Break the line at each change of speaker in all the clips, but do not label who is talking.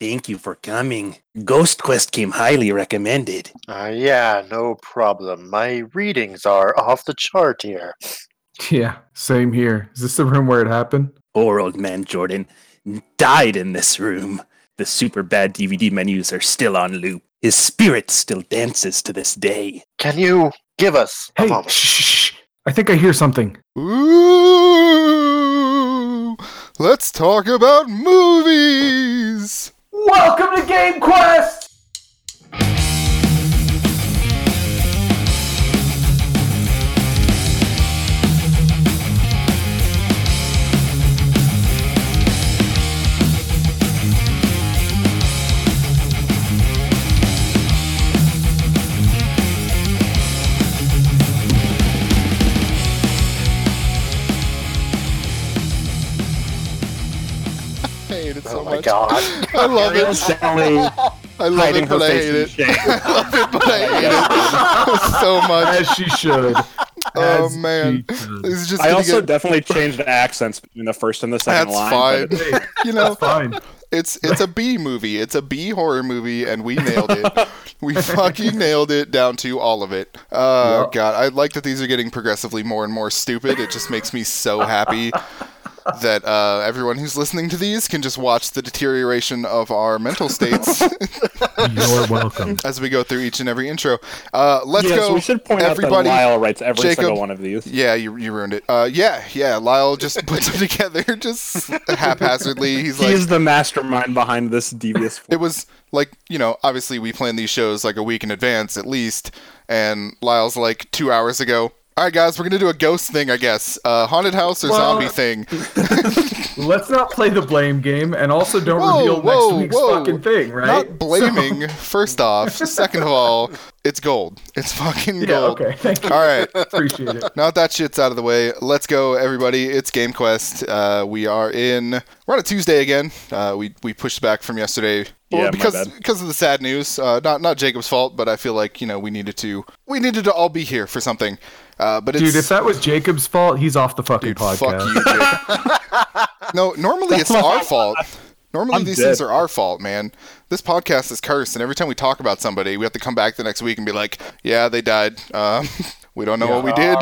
Thank you for coming. Ghost Quest came highly recommended.
Uh, yeah, no problem. My readings are off the chart here.
Yeah, same here. Is this the room where it happened?
Poor old man Jordan died in this room. The super bad DVD menus are still on loop. His spirit still dances to this day.
Can you give us a
Hey,
moment?
shh, shh, shh. I think I hear something.
Ooh, let's talk about movies.
Welcome to Game Quest!
I hate it so
oh my
much.
god.
I love it.
Sally
I love it, but I hate it. I love it, but I hate it so much.
As she should.
Oh
As
man,
she should.
this is just
I
gonna
also
get.
definitely changed the accents between the first and the second
That's fine.
line. but
Hey,
You know,
fine.
it's it's a B movie. It's a B horror movie, and we nailed it. we fucking nailed it down to all of it. Oh
Yep.
god, I like that these are getting progressively more and more stupid. It just makes me so happy that uh, everyone who's listening to these can just watch the deterioration of our mental states
You're welcome.
as we go through each and every intro. Uh, let's
yes,
go.
we should point
everybody.
out that Lyle writes every
Jacob.
single one of these.
Yeah, you, you ruined it. Uh, yeah, yeah. Lyle just puts them together just haphazardly. He's
He
like,
is the mastermind behind this devious.
it was like you know, obviously we plan these shows like a week in advance at least, and Lyle's like two hours ago. All right, guys, we're gonna do a ghost thing, I guess. Uh, haunted house or
Well-
zombie thing.
Let's not play the blame game and also don't
Whoa,
reveal
whoa,
next week's
whoa.
fucking thing, right?
Not blaming. First off, second of all, it's gold. It's fucking
Yeah,
gold.
okay. Thank you.
All right.
Appreciate it.
Now that that shit's out of the way, let's go, everybody. It's Game Quest. Uh, we are in. We're on a Tuesday again. Uh, we we pushed back from yesterday.
Yeah, my
because
bad.
because of the sad news. Uh, not not Jacob's fault, but I feel like you know we needed to we needed to all be here for something. Uh, but it's
Dude, if that was Jacob's fault, he's off the fucking
dude,
podcast.
fuck you. Jacob. no, normally it's our fault. Normally
I'm
these
dead.
things are our fault, man. This podcast is cursed, and every time we talk about somebody, we have to come back the next week and be like, "Yeah, they died. Um, we don't know what we did.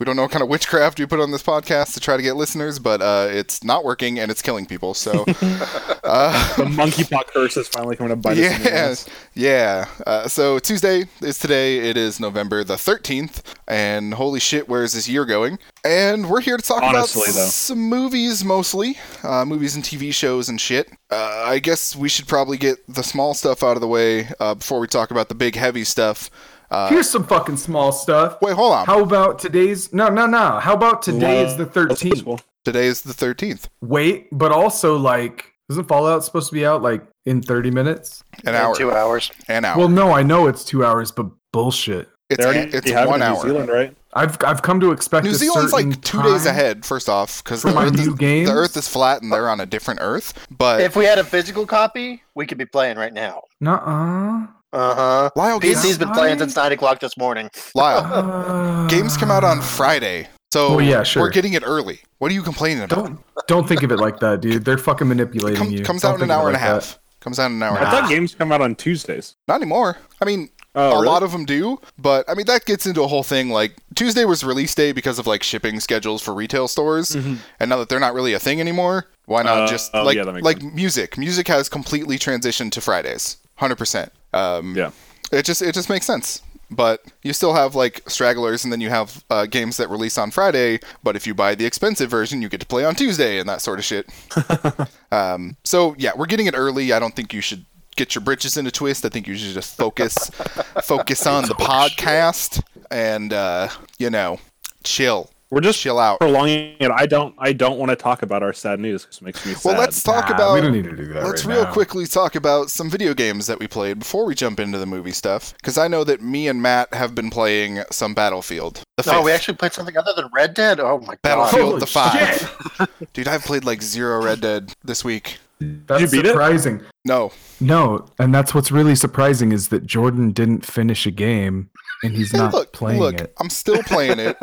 We don't know what kind of witchcraft we put on this podcast to try to get listeners, but uh, it's not working and it's killing people." So, uh,
The monkeypox curse is finally coming to bite us. in the
yeah,
ass.
yeah. Uh, so Tuesday is today. It is November the thirteenth, and holy shit, where is this year going? And we're here to talk
Honestly,
about
though.
some movies, mostly uh, movies and TV shows and shit. Uh, I guess we should probably get the small stuff out of the way uh, before we talk about the big heavy stuff. Uh,
Here's some fucking small stuff.
wait, hold on.
How about today's? No, no, no. How about today is the
That's
13th?
possible.
Today is the thirteenth,
Wait, but also like, isn't Fallout supposed to be out like in 30 minutes?
an hour,
Two hours.
an hour.
Well, no, I know it's two hours, but bullshit.
it's
They already
it's
have it
one
in New
hour.
Zealand, right?
I've I've come to expect
New
a
Zealand's
certain
like two days
time.
ahead. First off, because
For
the,
my
Earth is-
new games?
the Earth is flat and they're on a different Earth. But
If we had a physical copy, we could be playing right now.
Nuh-uh.
Uh huh.
Lyle games,
PC's been playing since nine o'clock this morning.
Lyle
Uh,
games come out on Friday, so
Well, Oh, yeah, sure.
we're getting it early. What are you complaining about?
Don't don't think of it like that, dude. They're fucking manipulating
Come-
you.
comes
Don't
out in an
think of it
hour and a
like that.
half. Comes out in an hour and a
I
half.
thought games come out on Tuesdays.
Not anymore. I mean,
Oh,
Ah. a
really?
lot of them do, but I mean that gets into a whole thing. Like Tuesday was release day because of like shipping schedules for retail stores, and now that they're not really a thing anymore, why not
Uh,
just
oh,
like
yeah, that makes
like music? Music has completely transitioned to Fridays, hundred percent. Um,
Yeah.
it just it just makes sense. But you still have like stragglers, and then you have uh, games that release on Friday. But if you buy the expensive version, you get to play on Tuesday and that sort of shit. Um, so yeah, we're getting it early. I don't think you should get your britches in a twist. I think you should just focus, focus on the
Oh,
podcast and uh, you know, chill,
We're just
chill out.
prolonging it. I don't. I don't want to talk about our sad news because it makes me sad.
Well, let's talk
Nah,
about.
We don't need to do that.
Let's
right
real
now.
quickly talk about some video games that we played before we jump into the movie stuff, because I know that me and Matt have been playing some Battlefield. The
No,
fifth.
we actually played something other than Red Dead. Oh my
Battlefield.
god.
Holy
the five.
shit!
dude, I've played like zero Red Dead this week.
That's
you beat it?
surprising.
No,
No, and that's what's really surprising is that Jordan didn't finish a game and he's
Hey,
not
look,
playing
look,
it.
I'm still playing it.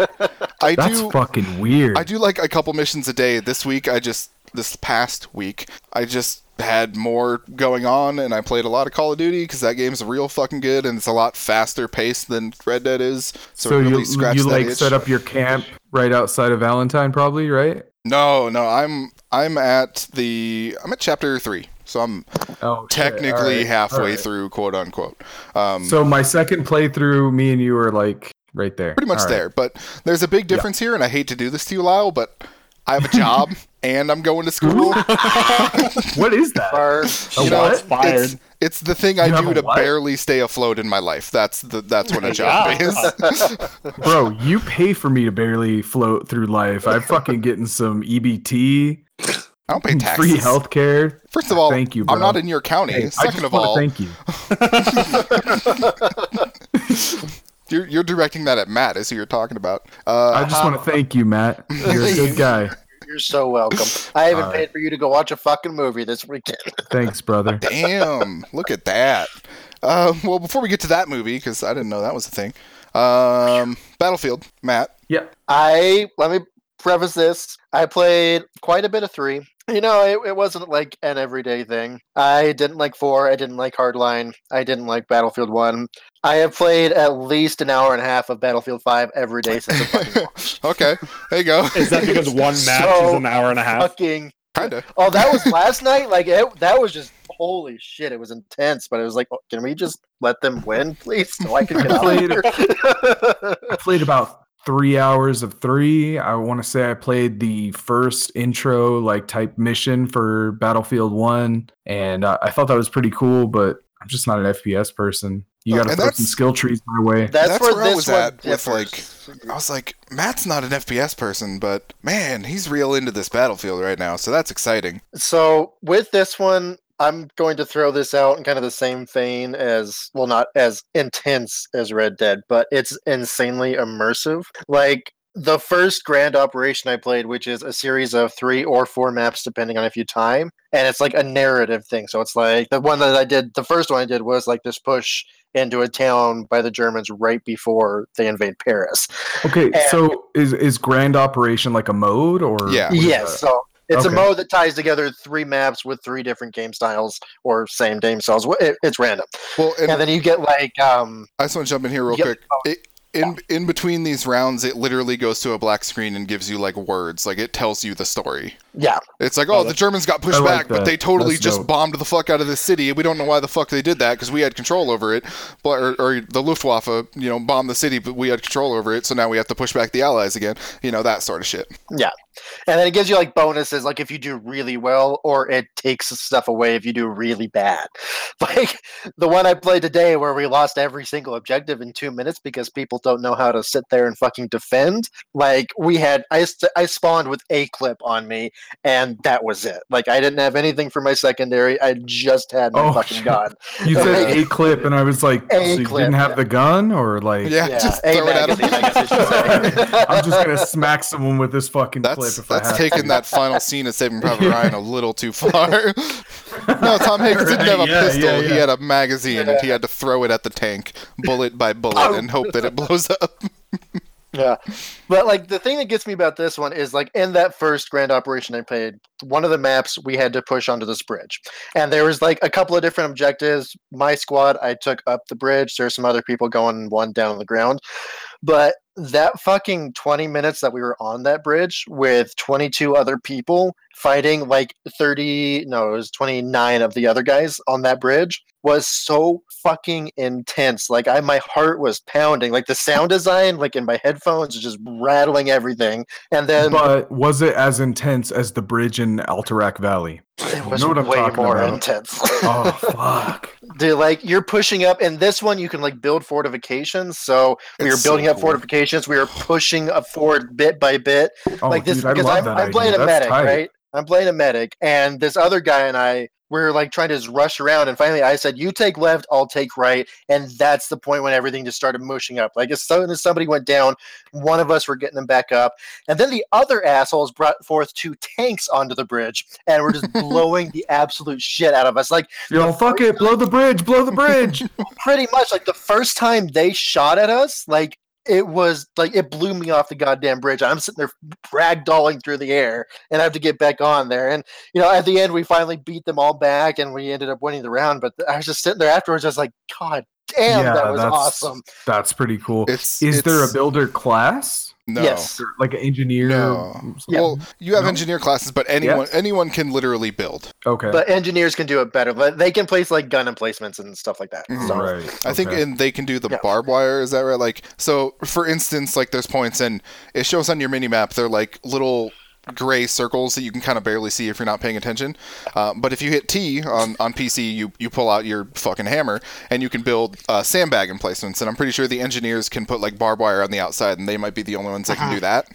I
That's
do.
fucking weird.
I do like a couple missions a day. This week, I just this past week, I just had more going on, and I played a lot of Call of Duty because that game's real fucking good, and it's a lot faster paced than Red Dead is. So,
So
it really
you
scratched
you
that
like
itch.
set up your camp right outside of Valentine, probably right?
No, no, I'm I'm at the I'm at chapter three, so I'm
Oh, shit. All
technically
right. All
halfway
right.
through, quote unquote. Um,
So my second playthrough, me and you were like right there,
pretty much
All right.
there. But there's a big difference here, and I hate to do this to you, Lyle, but I have a job and I'm going to school.
What is that?
Are
A
you know,
what?
it's, it's it's the thing I
You have
do
a
to
what?
barely stay afloat in my life. That's the that's what a job is.
Bro, you pay for me to barely float through life. I'm fucking getting some EBT,
I don't pay taxes.
free healthcare.
First of all,
Thank you, bro.
I'm not in your county.
Hey, I
Second
just
of
wanna
all,
thank you.
you're, you're directing that at Matt, is who you're talking about. Uh,
I just want to thank you, Matt. You're a good guy.
You're so welcome. I haven't
All right.
paid for you to go watch a fucking movie this weekend.
Thanks, brother.
Damn, look at that. Uh, well, before we get to that movie, because I didn't know that was a thing, um, Battlefield, Matt.
I let me preface this. I played quite a bit of three. You know, it, it wasn't like an everyday thing. I didn't like four. I didn't like Hardline. I didn't like Battlefield One. I have played at least an hour and a half of Battlefield Five every day since. the fucking launch.
Okay, there you go.
Is that because one match is
So
an hour and a half?
fucking
Kinda.
oh, that was last night. Like it, that was just holy shit. It was intense, but it was like, oh, can we just let them win, please, so I can get out of
Played-
here?
I played about three hours of three. I want to say I played the first intro like type mission for Battlefield One, and uh, I, I thought that was pretty cool. But I'm just not an FPS person. You got
Oh, And
to throw some
that's-
skill trees my way.
That's,
That's
where,
where I
this
was
one
at with,
differs.
I was like, Matt's not an FPS person, but man, he's real into this Battlefield right now, so that's exciting.
So with this one, I'm going to throw this out in kind of the same vein as well, not as intense as Red Dead, but it's insanely immersive. Like the first grand operation I played, which is a series of three or four maps, depending on if you time, and it's like a narrative thing. So it's like the one that I did, the first one I did was like this push into a town by the Germans right before they invade Paris.
Okay,
And-
so is is Grand Operation like a mode or?
Yeah.
what is
yes
that?
so it's
Okay.
a mode that ties together three maps with three different game styles or same game styles Wh- it, it's random
Well, and
and then you get like um
I just want to jump in here real
Yep.
quick. It, in in between these rounds, it literally goes to a black screen and gives you like words, like it tells you the story.
yeah
It's like, oh,
Oh,
the
that's-
Germans got pushed
I like
back, but
that.
they totally
That's
just
dope.
bombed the fuck out of the city. We don't know why the fuck they did that because we had control over it. But or, or the Luftwaffe, you know, bombed the city, but we had control over it. So now we have to push back the Allies again. You know that sort of shit.
and then it gives you like bonuses like if you do really well or it takes stuff away if you do really bad like the one i played today where we lost every single objective in two minutes because people don't know how to sit there and fucking defend like we had i, st- I spawned with a clip on me and that was it like i didn't have anything for my secondary i just had my
Oh,
fucking
shit.
gun
You said a clip, and I was like,
A
so you
clip,
didn't have
yeah.
the gun or like.
Yeah,
Yeah,
just
A
throw it at 'em.
magazine, I guess you should say.
I'm just gonna smack someone with this fucking clip
That's
if I
that's
have
taking that final scene of Saving Private Ryan a little too far. no, Tom Hanks didn't have a
Right, yeah,
pistol.
yeah,
He
yeah.
had a magazine, and he had to throw it at the tank, bullet by
Oh.
bullet, and hope that it blows up.
Yeah. But like the thing that gets me about this one is like in that first grand operation I played, one of the maps we had to push onto this bridge. And there was like a couple of different objectives. My squad, I took up the bridge. There's some other people going one down on the ground. But that fucking 20 minutes that we were on that bridge with 22 other people fighting like 30, no, it was 29 of the other guys on that bridge was so fucking intense. Like I my heart was pounding. Like the sound design like in my headphones is just rattling everything. And then
But was it as intense as the bridge in Alterac Valley?
it was
know what I'm
way
talking
more
about.
intense.
Oh fuck!
Dude, like you're pushing up, and this one you can like build fortifications. So we
It's
were building
so
up
cool.
fortifications. We were pushing up forward bit by bit.
Oh,
like this
dude, I
because
love
I'm,
that
I'm playing
idea.
a
That's
medic,
tight.
right? I'm playing a medic, and this other guy and I we're like trying to just rush around, and finally I said, "You take left, I'll take right," and that's the point when everything just started mushing up. Like as soon as somebody went down, one of us were getting them back up, and then the other assholes brought forth two tanks onto the bridge, and we're just blowing the absolute shit out of us. Like
Yo, fuck it! Blow the bridge! Blow the bridge!
pretty much like the first time they shot at us, like it was like it blew me off the goddamn bridge. I'm sitting there ragdolling through the air, and I have to get back on there. And you know, at the end, we finally beat them all back, and we ended up winning the round. But I was just sitting there afterwards. I was like, God damn,
Yeah,
that was
that's-
awesome.
That's pretty cool.
It's
Is there a
it's-
builder class?
No.
Yes,
Like an engineer?
No. Well, you have
No.
engineer classes, but anyone anyone can literally build.
okay.
but engineers can do it better. But they can place like gun emplacements and stuff like that.
Mm-hmm.
Mhm.
So
right.
I think
okay.
and they can do the
Yeah.
barbed wire. Is that right? Like so, for instance, like there's points and it shows on your mini map. They're like little gray circles that you can kind of barely see if you're not paying attention. Uh, but if you hit T on, on PC, you you pull out your fucking hammer and you can build uh, sandbag emplacements. And I'm pretty sure the engineers can put like barbed wire on the outside, and they might be the only ones that can do
Uh-huh.
that.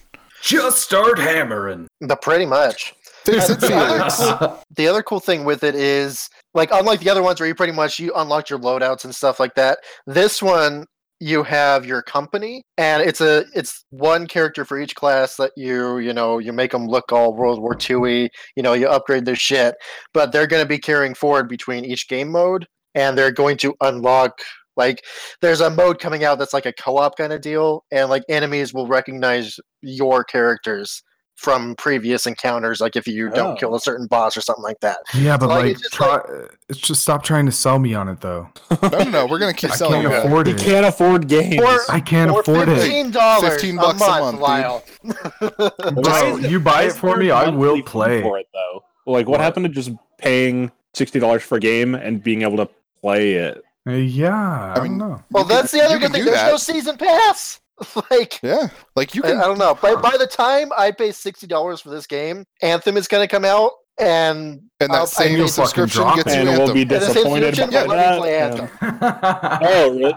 Just start hammering.
the pretty much.
There's it, Felix.
the other cool thing with it is like unlike the other ones where you pretty much you unlock your loadouts and stuff like that this one you have your company and it's a it's one character for each class that you you know you make them look all world war ii you know you upgrade their shit but they're going to be carrying forward between each game mode and they're going to unlock like there's a mode coming out that's like a co-op kind of deal and like enemies will recognize your characters from previous encounters like if you don't
Oh.
kill a certain boss or something like that
Yeah, but
Like,
like,
it's just
try, it's just stop trying to sell me on it though.
No, no, no. We're gonna keep
I
selling
can't
you that.
afford
He
it.
can't afford games.
Or-
I can't
Or
afford it,
fifteen dollars,
15
fifteen
bucks
bucks
a
a month,
month,
Lyle.
Why
bro.
is it-
You buy
why
it
is
for
there
me, I
monthly
will
fee
play.
for it though. Like, what,
What?
happened to just paying sixty dollars for a game and being able to play it?
Uh, yeah, I,
mean,
don't know.
Well,
You can-
that's the other
you
good
can
thing.
do
There's
that.
no season pass. like,
Yeah, like you
I,
can
I don't know. By, by the time I pay sixty dollars for this game, Anthem is going to come out, and
and that
I'll- I
same
made-
subscription
fucking
gets you
and we'll
Anthem.
be
the same
disappointed by
subscription will let me
that.
play
and-
Anthem.
Oh, really?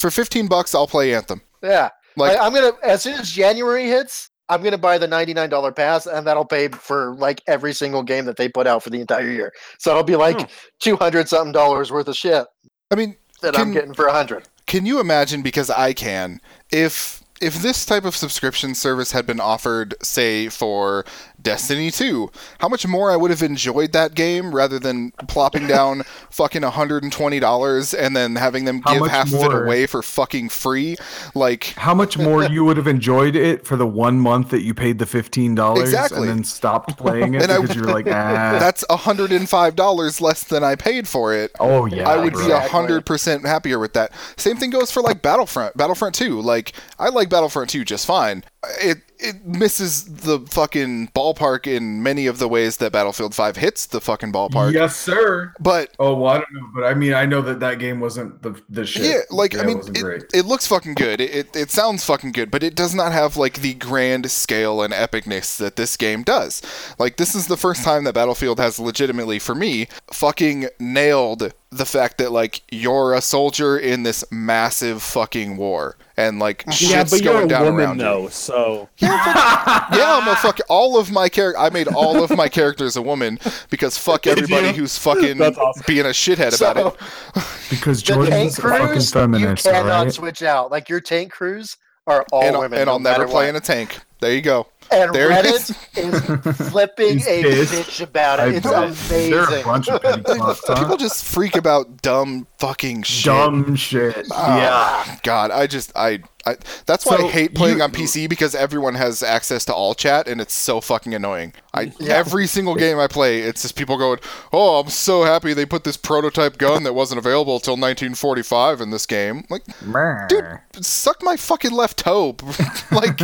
For 15 bucks, I'll play Anthem.
yeah,
Like
I, am gonna as soon as January hits, I'm gonna buy the ninety nine dollar pass, and that'll pay for like every single game that they put out for the entire year. So it'll be like
Hmm.
two hundred something dollars worth of shit
I mean,
that
Can-
I'm getting for a hundred.
can you imagine because I can if if this type of subscription service had been offered say for Destiny 2, how much more I would have enjoyed that game rather than plopping down fucking $120 and then having them
How
give
much
half of it
more?
away for fucking free like
How much more you would have enjoyed it for the one month that you paid the fifteen dollars and
Exactly.
then stopped playing it
And I-
because you were like, ah,
that's $105 less than I paid for it.
oh yeah,
I would be
bro.
a
Exactly.
hundred percent happier with that. Same thing goes for like Battlefront, Battlefront Two. Like I like Battlefront Two just fine. It it misses the fucking ballpark in many of the ways that Battlefield Five hits the fucking ballpark.
Yes, sir.
But
Oh, well, I don't know, but I mean, I know that that game wasn't the the shit.
yeah, like I
Yeah, it
mean,
wasn't
it,
great.
it looks fucking good. It, it it sounds fucking good, but it does not have like the grand scale and epicness that this game does. Like this is the first time that Battlefield has legitimately, for me, fucking nailed the fact that like you're a soldier in this massive fucking war, and like shit's
Yeah, but
going
you're a
down
woman
around you.
though, so
Yeah, I'm a fuck. All of my character, I made all of my characters a woman because fuck
Did
everybody
you?
who's fucking
That's awesome.
being a shithead about it.
So-
because
the tank
Jordan's a fucking
crews,
feminist,
you
all
cannot
right?
switch out. Like your tank crews are all
and, I'll-
women,
and
no
I'll never
matter
play
what.
in a tank. There you go.
And
there it
Reddit is flipping
He's
a
pissed.
bitch about
I
it. It's
bet. There are a
amazing.
bunch of petty fucks, huh?
People just freak about dumb fucking shit.
dumb shit.
Oh, God, I just I, I that's why I
So
hate playing
you-
on PC because everyone has access to all chat and it's so fucking annoying.
Mm,
I every single game I play, it's just people going, "Oh, I'm so happy they put this prototype gun that wasn't available till 1945 in this game." Like,
Yeah.
dude, suck my fucking left toe. like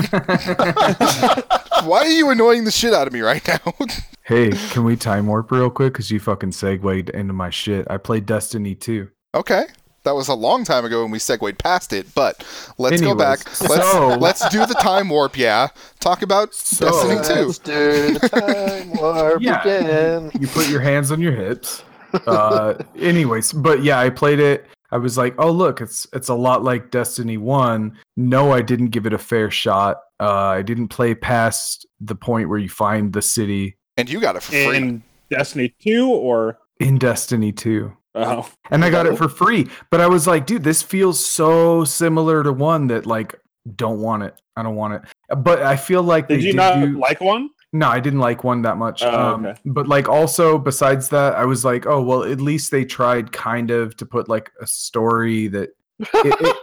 Why are you annoying the shit out of me right now?
Hey, can we time warp real quick? Because you fucking segued into my shit. I played Destiny 2.
Okay. That was a long time ago and we segued past it, but let's go
Anyways,
back. Let's
so-
let's do the time warp, yeah. Talk about
So-
Destiny 2.
Let's do Oh, the time warp
Yeah.
again.
You put your hands on your hips. Uh, anyways, but yeah, I played it. I was like, oh look, it's it's a lot like Destiny 1. No, I didn't give it a fair shot. Uh, I didn't play past the point where you find the city
And you got it for free.
in Destiny Two or
in Destiny 2.
oh,
and I got it for free. But I was like, dude, this feels so similar to one that like don't want it. I don't want it. But I feel like
did
they
you
did
not
do-
like one?
No, I didn't like one that much.
Oh,
um,
okay.
But like also besides that, I was like, oh well, at least they tried kind of to put like a story that. It, it,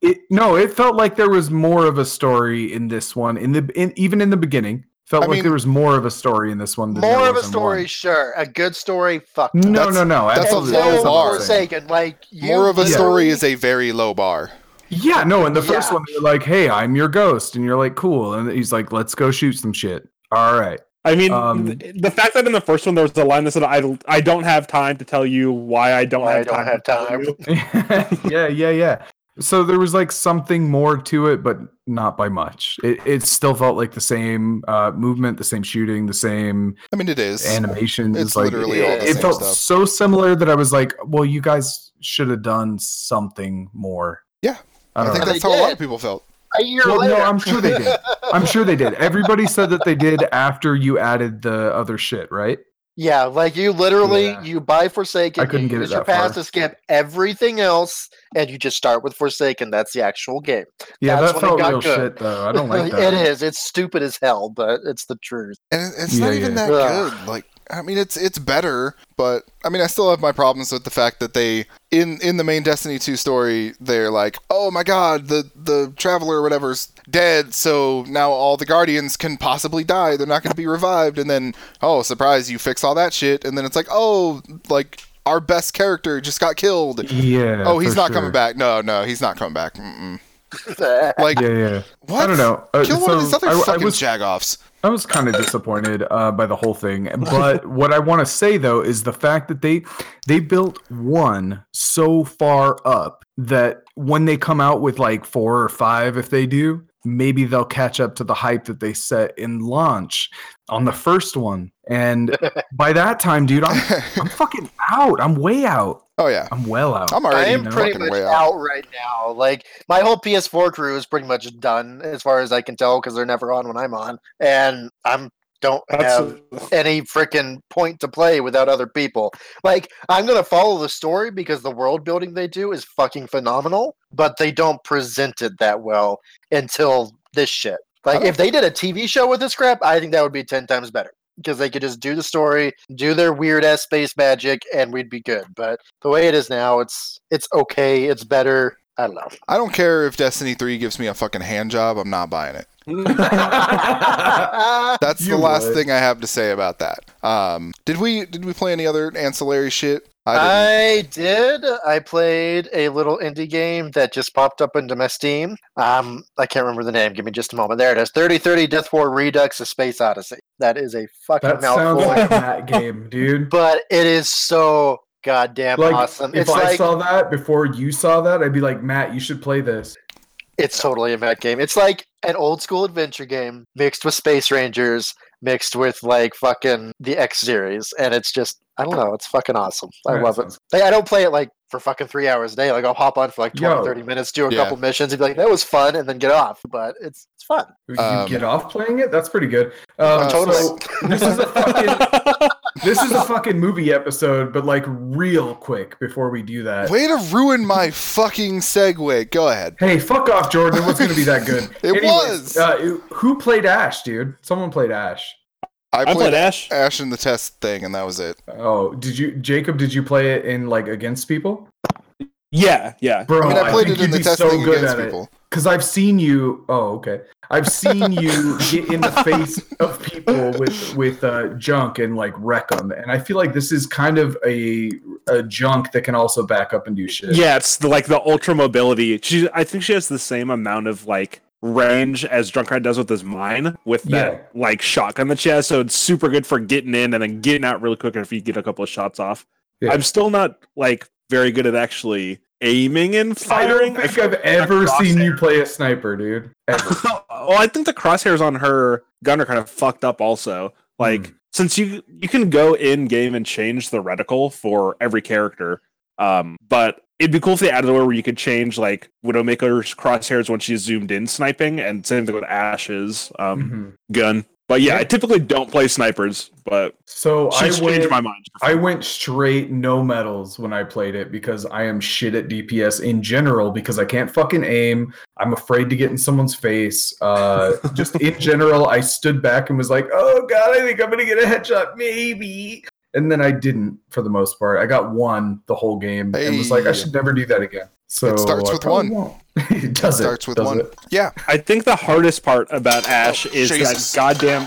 it no, it felt like there was more of a story in this one. In the in, even in the beginning, felt
I
like
mean-
there was more of a story in this one. Than there
More of a
was in one.
story, sure. A good story, fuck.
No,
That's-
no, no.
that's a
And
absolutely,
low
that's
so
not what I'm
bar.
saying.
forsaken. Like you
More of a
Yeah.
story
literally-
is a very low bar.
Yeah, no. In the first
Yeah.
one, they're like, "Hey, I'm your ghost," and you're like, "Cool," and he's like, "Let's go shoot some shit." All right.
I mean,
Um,
th- the fact that in the first one there was a line that said, "I I don't have time to tell you why I don't
Why I
have
don't
time."
have
to tell
time."
you."
yeah, yeah, yeah. So there was like something more to it, but not by much. It, it still felt like the same uh, movement, the same shooting, the same
I mean, it is.
animations.
It's
like,
literally
all the
it,
same
it felt
stuff.
so similar that I was like, "Well, you guys should have done something more."
Yeah.
I
I
don't
think
know.
they
that's how a lot
did.
of people felt.
a year
Well,
later.
no, I'm sure they did. I'm sure they did. Everybody said that they did after you added the other shit, right?
Yeah, like you literally
Yeah.
you buy Forsaken.
I couldn't
you
get it
use
that
your pass
far.
to skip everything else, and you just start with Forsaken. That's the actual game.
Yeah,
That's
that
when it
felt
got
real
good.
shit though. I don't like that.
it is. It's stupid as hell, but it's the truth.
and it- it's not
Yeah,
even
yeah.
that
Ugh.
good. Like, I mean, it's it's better, but I mean, I still have my problems with the fact that they in in the main Destiny two story, they're like, oh my god, the the traveler or whatever's dead, so now all the guardians can possibly die. They're not going to be revived, and then oh surprise, you fix all that shit, and then it's like, oh, like our best character just got killed.
Yeah.
oh, he's
for
not
sure.
coming back. No, no, he's not coming back. Mm-mm. Like,
Yeah, yeah.
what?
I don't know. Uh,
Kill one of
so
these other
I- I
fucking
was-
jagoffs.
I was kind of disappointed uh, by the whole thing, but what I want to say though is the fact that they they built one so far up that when they come out with like four or five, if they do, maybe they'll catch up to the hype that they set in launch on the first one. And by that time, dude, I'm I'm fucking out. I'm way out.
oh yeah,
I'm well out.
I'm
I
already
am pretty
fucking
much
way
out.
out.
right now. Like my whole PS4 crew is pretty much done, as far as I can tell, because they're never on when I'm on, and I'm don't have
That's
any freaking point to play without other people. Like, I'm going to follow the story because the world building they do is fucking phenomenal, but they don't present it that well until this shit. Like, if they did a TV show with this crap, I think that would be 10 times better because they could just do the story, do their weird ass space magic, and we'd be good. But the way it is now, it's it's okay, it's better. I don't know.
I don't care if Destiny 3 gives me a fucking hand job, I'm not buying it.
Mm-hmm.
That's
You
the last
would.
thing I have to say about that. Um, did we did we play any other ancillary shit? I
I did. I played a little indie game that just popped up into my Steam. Um, I can't remember the name. Give me just a moment. There it is. 3030 Death War Redux: A Space Odyssey. That is a fucking
that sounds
mouthful,
like a Matt game, dude.
but it is so goddamn
Like
awesome.
if
It's
I
like
saw that before you saw that, I'd be like, Matt, you should play this.
it's totally a mech game. It's like an old school adventure game mixed with Space Rangers, mixed with like fucking the X series, and it's just I don't know. It's fucking awesome. I
Yeah,
love it.
sounds-
Like, I don't play it like for fucking three hours a day. Like I'll hop on for like 20,
Yo.
30 minutes, do a
Yeah.
couple missions, and be like, that was fun, and then get off. But it's it's fun.
You
Um,
get off playing it? That's pretty good. Um,
Uh,
totally.
so this is a fucking this is a fucking movie episode, but like real quick before we do that.
didn't. Way to ruin my fucking segue. Go ahead.
Hey, fuck off, Jordan. It wasn't gonna be that good.
It
Anyways,
was.
Uh, it- who played Ash, dude? Someone played Ash.
I
I played
played
Ash.
Ash in the test thing, and that was it.
Oh, did you, Jacob? Did you play it in like against people?
Yeah, yeah.
Bro,
I mean, I
Oh, think
played it in
you'd
the
be
test
so
thing
good
against
at it.
people.
Because I've seen you. Oh, okay. I've seen you get in the face of people with with uh, junk and like wreck them, and I feel like this is kind of a a junk that can also back up and do shit.
Yeah, it's the, like the ultra mobility. She, I think she has the same amount of like range as Junkrat does with his mine with that like shotgun that she has. So it's super good for getting in and then getting out really quick if you get a couple of shots off.
Yeah.
I'm still not like very good at actually aiming and
I don't
firing.
think
feel
I've ever
Crosshair.
seen you play a sniper, dude. Ever.
well, I think the crosshairs on her gun are kind of fucked up. Also, like since you you can go in game and change the reticle for every character, um, but it'd be cool if they added a way where you could change like Widowmaker's crosshairs when she's zoomed in sniping, and same thing with Ash's um,
Mhm.
gun. But yeah,
Yeah.
I typically don't play snipers, but
So I
she's changed
went,
my mind.
I went straight no medals when I played it because I am shit at DPS in general because I can't fucking aim. I'm afraid to get in someone's face. Uh, just in general, I stood back and was like, "Oh god, I think I'm gonna get a headshot, maybe." and then I didn't for the most part. I got one the whole game and was like,
Hey.
I should never do that again. So
It starts
I
with
probably
one.
won't. it does it.
starts with
does
one.
it.
Yeah,
I think the hardest part about Ash
Oh,
is
Jesus.
that goddamn.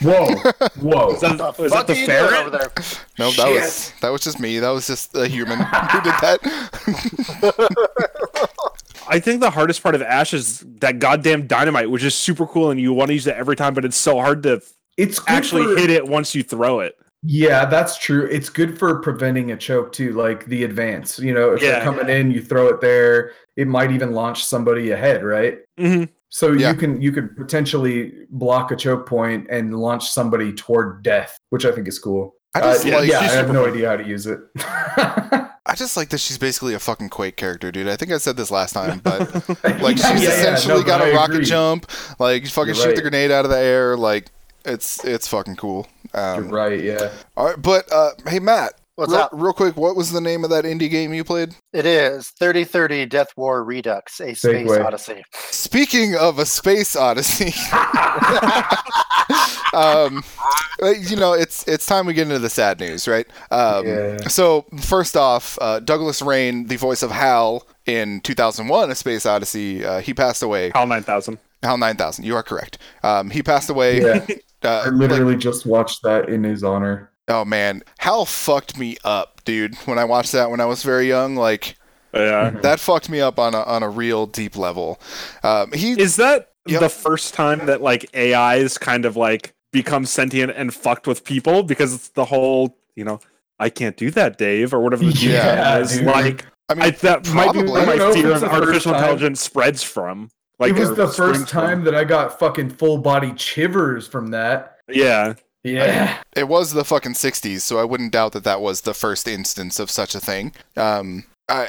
Whoa, whoa.
Is that, was
Fuck
that the
are you doing
ferret?
over there?
no, that was that was just me. That was just a human who did that.
I think the hardest part of Ash is that goddamn dynamite, which is super cool and you want to use it every time, but it's so hard to
it's good
actually
for-
hit it once you throw it.
Yeah, that's true. It's good for preventing a choke too, like the advance. You know, if they're
Yeah.
coming in, you throw it there. It might even launch somebody ahead, right?
Mm-hmm.
So
Yeah.
you can you could potentially block a choke point and launch somebody toward death, which I think is cool.
I just
Uh, yeah,
like
yeah, I have no idea how to use it.
I just like that she's basically a fucking Quake character, dude. I think I said this last time, but like she's
Yeah, yeah, yeah,
essentially
no,
got
but
a
I
rocket
agree.
jump, like
You're
fucking shoot the
right.
grenade out of the air, like it's it's fucking cool.
You're
Um,
right, yeah.
all right, but uh, hey Matt,
What's
real,
up?
real quick, what was the name of that indie game you played?
It is 3030 Death War Redux, a space
Segue.
odyssey.
Speaking of a space odyssey, um, you know it's it's time we get into the sad news, right? Um,
yeah.
So first off, uh, Douglas Rain, the voice of Hal in 2001: A Space Odyssey, uh, he passed away.
Pal 9000.
Hal 9000. You are correct. Um, he passed away.
Yeah. I
Uh, like,
literally just watched that in his honor.
oh man, Hal fucked me up, dude. When I watched that when I was very young, like
Yeah.
that fucked me up on a on a real deep level. Um, he
Is that
Yep.
the first time that like AIs kind of like become sentient and fucked with people? Because it's the whole, you know, I can't do that, Dave, or whatever the deal
Yeah,
is.
dude.
Like,
I mean,
I, that might be
probably. I
where
don't know if
my fear
it's
of
the first
artificial
time.
intelligence spreads from. Like,
it was
or
the first
springs from.
time that I got fucking full body chivers from that.
Yeah.
Yeah.
it was the fucking 60s, so I wouldn't doubt that that was the first instance of such a thing. Um, I,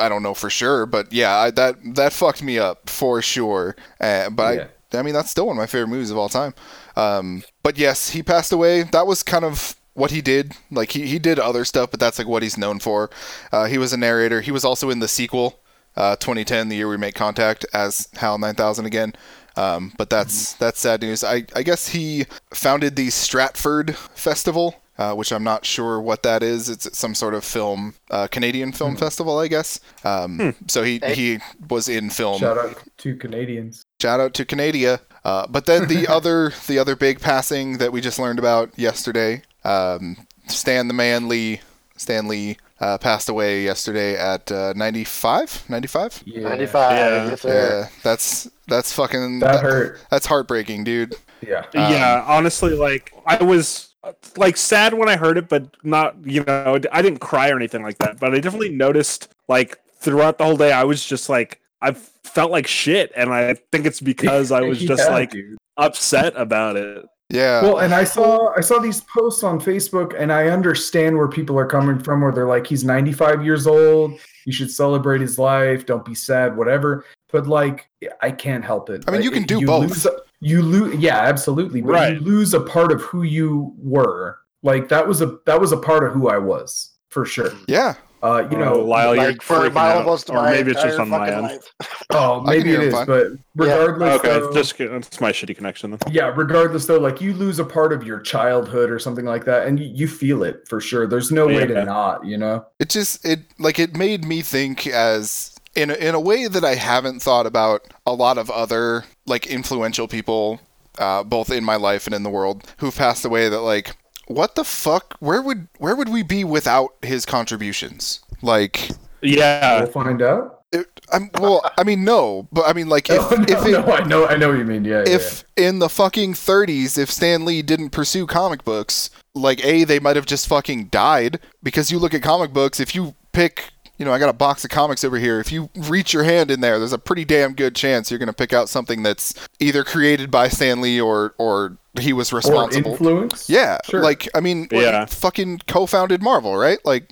I I don't know for sure, but yeah, I, that that fucked me up for sure. Uh, but
Yeah.
I I mean that's still one of my favorite movies of all time. Um, but yes, he passed away. That was kind of what he did. Like he, he did other stuff, but that's like what he's known for. Uh, he was a narrator. He was also in the sequel, uh, 2010, the year we make contact, as Hal 9000 again. Um, but that's
Mm-hmm.
that's sad news. I, I guess he founded the Stratford Festival, uh, which I'm not sure what that is. It's some sort of film, uh, Canadian film
Mm-hmm.
festival, I guess. Um, So he,
Hey.
he was in film.
Hmm. Shout out to Canadians.
Shout out to Canada. Uh, but then the other the other big passing that we just learned about yesterday, um, Stan the Man Lee, Stan Lee uh, passed away yesterday at uh, 95, 95.
Yeah.
95.
Yeah.
yes,
Yeah,
sir.
that's that's fucking
That hurt.
That's heartbreaking, dude.
Yeah.
yeah honestly like i was uh, like sad when i heard it but not you know i didn't cry or anything like that but i definitely noticed like throughout the whole day i was just like i felt like shit and i think it's because i was just
Yeah,
like
dude.
upset about it
Yeah,
well and i saw i saw these posts on facebook and i understand where people are coming from where they're like he's 95 years old you should celebrate his life don't be sad whatever but like i can't help it
I mean,
Like,
you can do both.
lose, you lose yeah absolutely but
Right.
you lose a part of who you were like that was a that was a part of who i was for sure
yeah.
uh you know
Oh, lyle you're
Like for
freaking
my
out.
almost
or
my
maybe it's just
entire
on my
fucking
end
life.
oh
I can
maybe
hear
it
him
is
fine.
but
Yeah.
regardless
okay
though-
it's just it's my shitty connection then
yeah regardless though like you lose a part of your childhood or something like that and you, you feel it for sure there's no way
Yeah.
to not you know
it just it like it made me think as in a, in a way that I haven't thought about a lot of other like influential people uh, both in my life and in the world who've passed away that like what the fuck where would where would we be without his contributions like
yeah
we'll find out
it, I'm, well I mean no but I mean like if
oh, no,
if it,
no, i know i know what you mean yeah yeah,
if in the fucking 30s if stan lee didn't pursue comic books like a they might have just fucking died because you look at comic books if you pick you know i got a box of comics over here if you reach your hand in there there's a pretty damn good chance you're going to pick out something that's either created by stan lee or or he was
yeah. or
responsible
influence
yeah
Sure.
like i mean like,
Yeah.
fucking co-founded marvel right like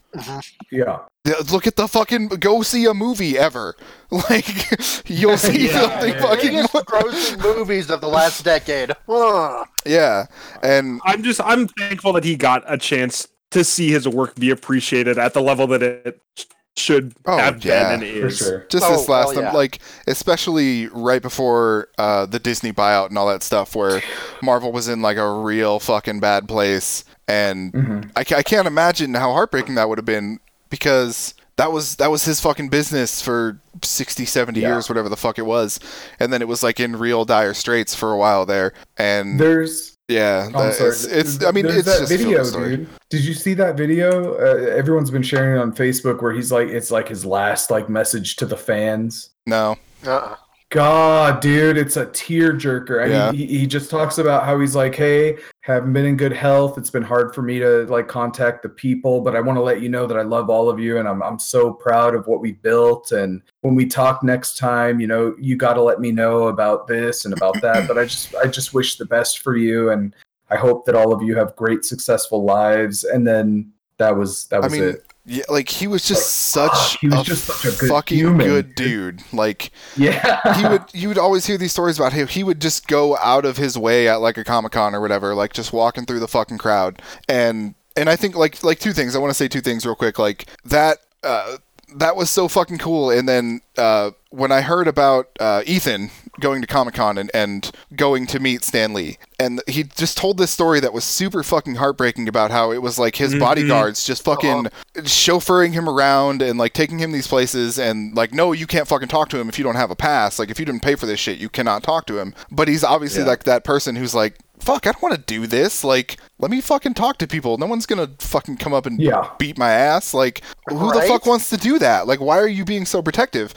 yeah
th- look at the fucking go see a movie ever like you'll see
Yeah,
something
yeah,
fucking
Biggest grossing movies of the last decade. Ugh.
yeah and
I'm just I'm thankful that he got a chance to see his work be appreciated at the level that it should
Oh,
have
yeah,
been and
for
is.
sure
just
Oh,
this last
hell
time,
yeah.
like especially right before uh, the Disney buyout and all that stuff, where Marvel was in like a real fucking bad place, and
Mhm.
I, ca- I can't imagine how heartbreaking that would have been because that was that was his fucking business for 60 70
Yeah.
years whatever the fuck it was and then it was like in real dire straits for a while there and
There's
yeah
Oh, I'm
that-
sorry.
it's, it's i mean
There's
it's
that
just a
video,
feel-good story
dude. Did you see that video? Uh, everyone's been sharing it on Facebook where he's like, it's like his last like message to the fans.
no
Uh-uh.
God, dude, it's a tearjerker. I
Yeah.
mean, he, he just talks about how he's like, "Hey, haven't been in good health. It's been hard for me to like contact the people, but I want to let you know that I love all of you, and I'm I'm so proud of what we built. And when we talk next time, you know, you got to let me know about this and about that. But I just I just wish the best for you, and I hope that all of you have great, successful lives. And then that was that
I
was
mean,
it.
yeah, like he was just
Like,
such
fuck, he was
a
just such a good
fucking
human,
good dude. Like
Yeah,
he would you would always hear these stories about him. He would just go out of his way at like a Comic Con or whatever, like just walking through the fucking crowd. And and I think like like two things. I want to say two things real quick. Like that uh that was so fucking cool. And then uh when I heard about uh Ethan going to Comic Con and, and going to meet Stan Lee and he just told this story that was super fucking heartbreaking about how it was like his
Mhm.
bodyguards just fucking chauffeuring him around and like taking him these places and like no you can't fucking talk to him if you don't have a pass like if you didn't pay for this shit you cannot talk to him but he's obviously
Yeah.
like that person who's like fuck i don't want to do this like let me fucking talk to people no one's gonna fucking come up and
yeah.
beat my ass. Like, who the
Right?
fuck wants to do that? Like, why are you being so protective?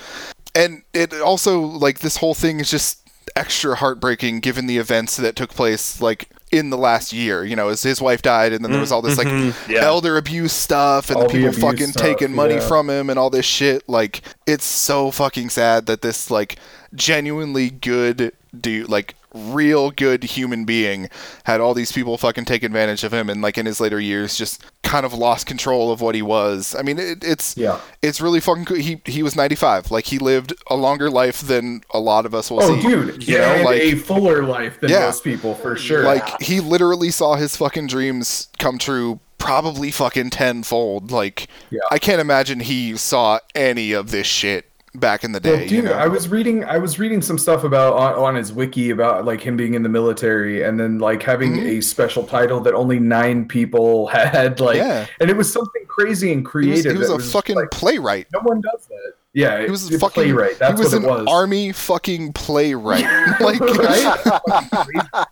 And it also, like, this whole thing is just extra heartbreaking given the events that took place, like, in the last year. You know, his, his wife died, and then there was all this, like,
Mm-hmm. yeah.
elder abuse stuff, and
All
the
the
people
abuse
fucking
stuff,
taking money
yeah.
from him, and all this shit. Like, it's so fucking sad that this, like, genuinely good dude, like, real good human being had all these people fucking take advantage of him and like in his later years just kind of lost control of what he was i mean it, it's
Yeah.
it's really fucking cool he he was 95 like he lived a longer life than a lot of us will
Oh,
see
dude,
you
you
know,
and
like-
a fuller life than
Yeah.
most people for sure.
like he literally saw his fucking dreams come true probably fucking tenfold like
Yeah.
i can't imagine he saw any of this shit back in the day
Well, dude,
you know?
I was reading I was reading some stuff about on, on his wiki about like him being in the military and then like having
Mhm.
a special title that only nine people had like
yeah
and it was something crazy and
he was,
creative.
he was
that
a
just,
fucking
like,
playwright
no one does that. Yeah,
he was a
it's
fucking
playwright. That's
he was
what
an
it was.
army fucking playwright like
Right?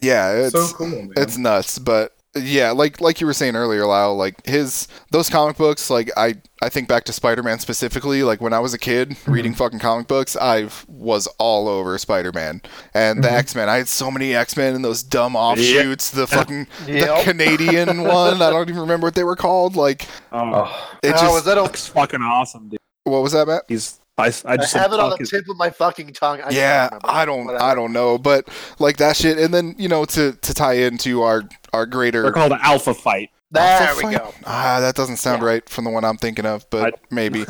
yeah it's
so cool. Man.
it's nuts but yeah like like you were saying earlier lyle like his those comic books like i i think back to spider-man specifically like when i was a kid
Mm-hmm.
reading fucking comic books i was all over spider-man and the
Mm-hmm.
Mhm.
x-men i had so many x-men and those dumb offshoots the fucking the
Yep.
canadian one i don't even remember what they were called like
Um,
Oh,
it
oh,
just
was that a,
It's fucking awesome, dude.
what was that matt
He's I, I
I
just
have
said
it on
fuck
the
is-
tip of my fucking tongue. I
yeah,
can't remember.
I don't,
Whatever.
I don't know, but like that shit, and then you know to to tie into our our
They're
greater
called Alpha Fight.
There
Alpha
we
Fight?
go.
Ah, that doesn't sound right from the one I'm thinking of, but maybe.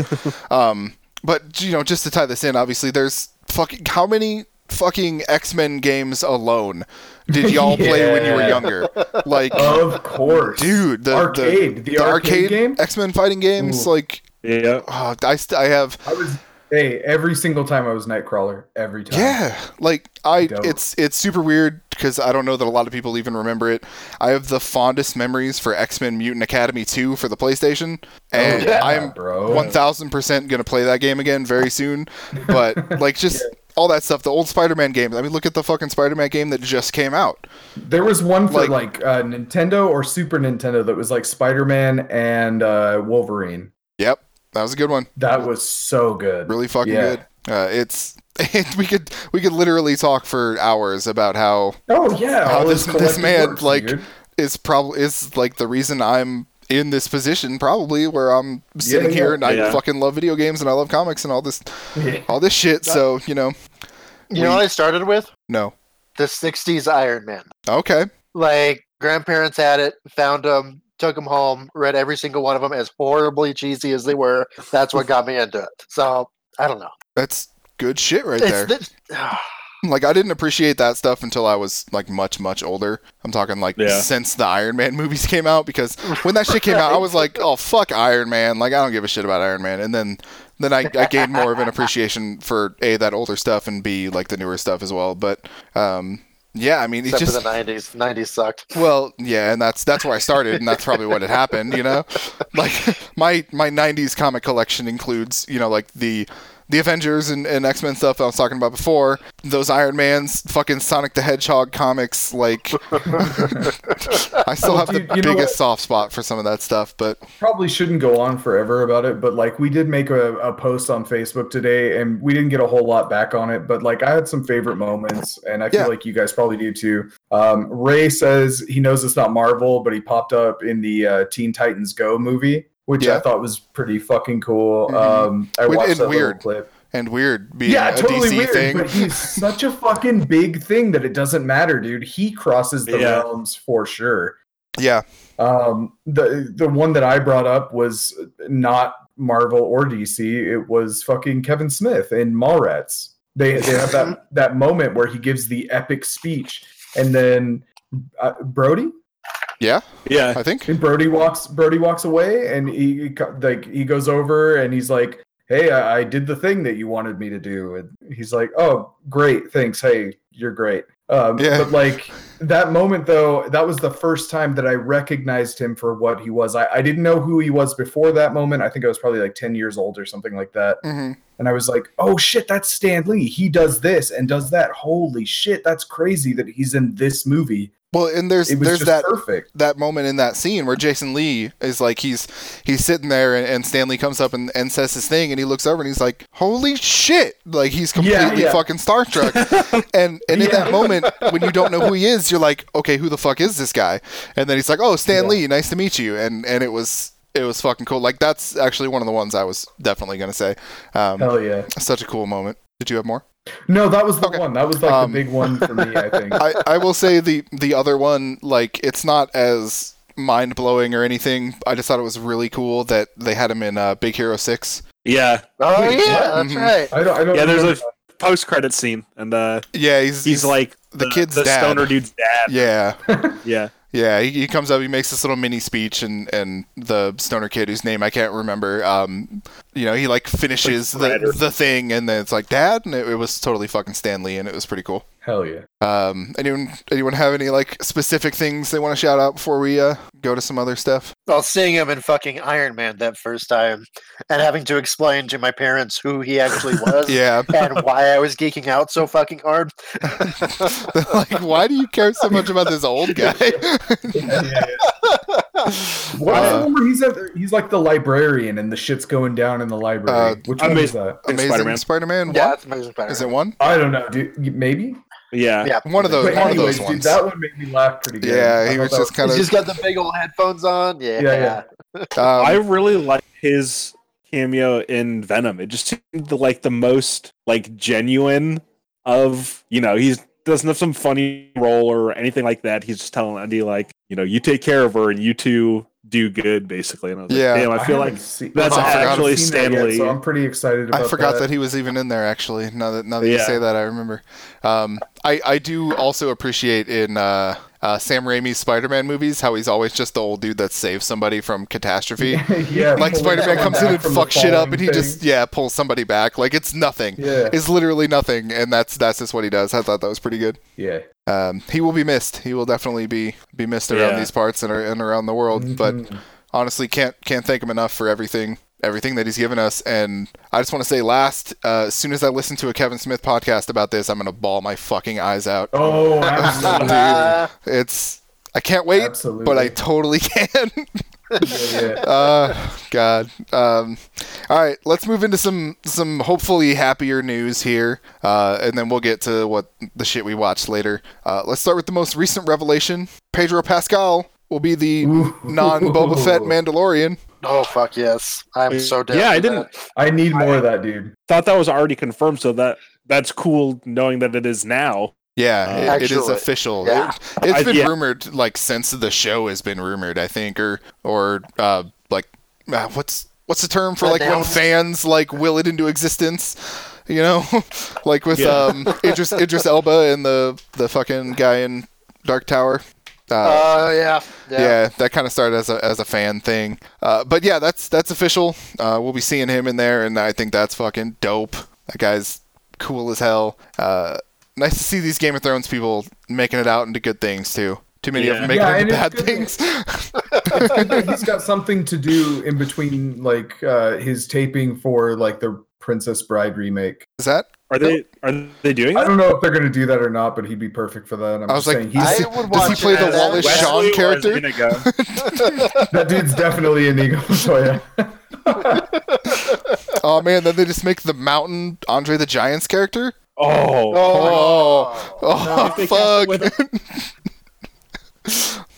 um, but you know, just to tie this in, obviously, there's fucking how many fucking X Men games alone did y'all play when you were
Yeah.
younger? Like,
of course,
dude, the the,
arcade, the,
the arcade,
game.
X Men fighting games,
Ooh.
like,
Yeah.
oh, I st- I have
I was hey every single time I was Nightcrawler every time.
Yeah, like I,
Dope.
it's it's super weird because I don't know that a lot of people even remember it. I have the fondest memories for X Men Mutant Academy two for the PlayStation, and
Oh, yeah,
I'm
bro.
one thousand percent gonna play that game again very soon. But like just all that stuff, the old Spider Man games. I mean, look at the fucking Spider Man game that just came out.
There was one for
Like-
like, uh, Nintendo or Super Nintendo that was like Spider Man and uh, Wolverine.
Yep, that was a good one.
That was so good.
Really fucking
Yeah.
good. Uh, it's we could we could literally talk for hours about how
Oh yeah,
How
all
this-
his
this
collected
man,
works,
like,
dude.
is probably is like the reason I'm in this position probably where I'm sitting
yeah.
here and I
Yeah.
fucking love video games and I love comics and all this
Yeah.
all this shit. So, you know,
You know what I started with?
no.
The 60s Iron Man.
Okay.
Like, grandparents had it, found them, took them home, read every single one of them, as horribly cheesy as they were. That's what got me into it. So, I don't know.
That's good shit right
it's
there.
this-
like I didn't appreciate that stuff until I was like much much older. I'm talking like
Yeah.
since the Iron Man movies came out because when that shit came out I was like, "Oh fuck Iron Man." Like I don't give a shit about Iron Man. And then then I, I gained more of an appreciation for a that older stuff and b like the newer stuff as well. But um Yeah, I mean, it's
Except
just
for the '90s. '90s sucked.
Well, yeah, and that's that's where I started, and that's probably what had happened. You know, like my my '90s comic collection includes you know like the the Avengers and, and X Men stuff I was talking about before. Those Iron Man's, fucking Sonic the Hedgehog comics. Like, I still have
Oh, Dude,
the
you know
biggest
what?
soft spot for some of that stuff, but
probably shouldn't go on forever about it, but like we did make a, a post on Facebook today and we didn't get a whole lot back on it, but like I had some favorite moments and I feel
Yeah.
like you guys probably do too. Um, Ray says he knows it's not Marvel, but he popped up in the uh, Teen Titans Go movie, which
Yeah.
I thought was pretty fucking cool.
Mhm.
Um, I
With-
watched
and
that little
weird.
clip.
and weird being
Yeah,
a
totally
DC
weird,
thing.
but he's such a fucking big thing that it doesn't matter, dude. He crosses the
Yeah.
realms for sure.
yeah,
Um, the the one that I brought up was not Marvel or DC. It was fucking Kevin Smith in Mallrats. They they have that that moment where he gives the epic speech, and then uh, Brody
yeah,
Yeah.
I think.
and Brody walks Brody walks away, and he, he co- like he goes over and he's like, "Hey, I, I did the thing that you wanted me to do," and he's like, "Oh, great, thanks. Hey, you're great." Um,
Yeah.
But like that moment though, that was the first time that I recognized him for what he was. I, I didn't know who he was before that moment. I think I was probably like ten years old or something like that.
hmm
And I was like, oh shit, that's Stan Lee. He does this and does that. Holy shit, that's crazy that he's in this movie.
Well, and there's
It was
there's
just
that
perfect.
that moment in that scene where Jason Lee is like he's he's sitting there and, and Stanley comes up and, and says his thing and he looks over and he's like, Holy shit like he's completely
yeah.
fucking starstruck. and and in that
Yeah.
moment when you don't know who he is, you're like, Okay, who the fuck is this guy? And then he's like, Oh, Stan
Yeah.
Lee, nice to meet you and and it was it was fucking cool. Like that's actually one of the ones I was definitely gonna say. Um,
Hell yeah.
such a cool moment. Did you have more?
No, that was the
Okay.
one. That was like
Um,
the big one for me, I think.
I, I will say the the other one, like it's not as mind blowing or anything. I just thought it was really cool that they had him in uh, Big Hero Six.
Yeah.
Oh
Wait,
yeah,
what?
that's
Mhm.
right.
I don't. I don't
Yeah, there's
remember
a post credit scene and uh
Yeah, he's
he's like
the kid's
the
dad.
stoner dude's dad.
yeah
Yeah.
yeah. He, he comes up, he makes this little mini speech, and and the stoner kid whose name I can't remember, um, you know, he like finishes
Like Fred
the
or-
the thing, and then it's like dad, and it, it was totally fucking Stanley, and it was pretty cool.
Hell yeah.
Um, anyone anyone have any like specific things they want to shout out before we uh, go to some other stuff?
Well, seeing him in fucking Iron Man that first time, and having to explain to my parents who he actually was.
Yeah,
And why I was geeking out so fucking hard.
like, why do you care so much about this old guy?
What's
Uh,
the one where he's at, he's like the librarian and the shit's going down in the library.
Uh,
Which
I'm
one is that?
Amazing
Spider-Man.
Spider-Man.
Yeah,
one?
that's amazing. Spider-Man.
Is it one?
I don't know, dude. You- Maybe.
Yeah.
Yeah.
Oh, One of those.
But
one of
anyways,
those
dude,
ones.
that one made me laugh pretty good.
yeah,
I
he
thought
was
that
just kind
He's
of.
just got the big old headphones on. Yeah.
yeah.
I
Um,
really like his cameo in Venom. It just seemed like the most like genuine of you know he doesn't have some funny role or anything like that. He's just telling Andy like you know you take care of her and you two do good basically. And I was like,
Yeah.
damn, I feel
haven't
like
seen-
that's
I haven't
actually
seen that yet,
Stan Lee.
so I'm pretty excited about
I forgot that.
that.
he was even in there. Actually, now that now that you
Yeah.
say that, I remember. Um, I I do also appreciate in uh, uh, Sam Raimi's Spider-Man movies how he's always just the old dude that saves somebody from catastrophe.
yeah,
like
pulling
Spider-Man
someone
comes in
back
and
from the
fucks shit up,
falling
and he
thing.
just yeah pulls somebody back. Like it's nothing.
yeah,
It's literally nothing, and that's that's just what he does. I thought that was pretty good.
yeah.
um, he will be missed. He will definitely be be missed around
Yeah.
these parts and, ar- and around the world. But
Mhm.
honestly, can't can't thank him enough for everything everything that he's given us. And I just want to say, last uh, as soon as I listen to a Kevin Smith podcast about this, I'm gonna ball my fucking eyes out.
oh,
Ah,
absolutely,
Uh,
It's I can't wait,
absolutely.
but I totally can.
yeah, yeah.
uh, God. Um, all right, let's move into some some hopefully happier news here, uh, and then we'll get to what the shit we watched later. Uh, let's start with the most recent revelation: Pedro Pascal will be the non Boba Fett Mandalorian.
oh fuck yes! I'm so down.
Yeah, I
for
didn't-
that.
I need more of that, dude.
thought that was already confirmed, so that that's cool knowing that it is now.
Yeah,
Uh,
it, it is
Actually,
official.
yeah.
It, has
I-
been
yeah.
rumored like since the show has been rumored, I think, or or uh, like uh, what's what's the term for like when
Announced.
fans like will it into existence? You know, like with
Yeah.
um Idris Idris Elba and the the fucking guy in Dark Tower. Uh,
Uh, yeah,
yeah.
yeah.
that kind of started as a as a fan thing. Uh, but yeah, that's that's official. Uh, we'll be seeing him in there, and I think that's fucking dope. That guy's cool as hell. Uh, nice to see these Game of Thrones people making it out into good things too. Too many of
Yeah.
them making
Yeah,
it into
and
bad
it's
things.
Like, he's got something to do in between like uh his taping for like the Princess Bride remake.
Is that?
Are they are they doing
I
that?
don't know if they're gonna do that or not, but he'd be perfect for that. I'm
I was
just
like,
saying
does,
he's,
he,
I would
does he
watch
play
it
the
as
Wallace
Wesley
Shawn character?
Gonna go.
that dude's definitely an ego. So yeah.
oh man, then they just make the mountain Andre the Giant's character.
Oh,
Oh,
No,
oh,
if they
fuck!
can't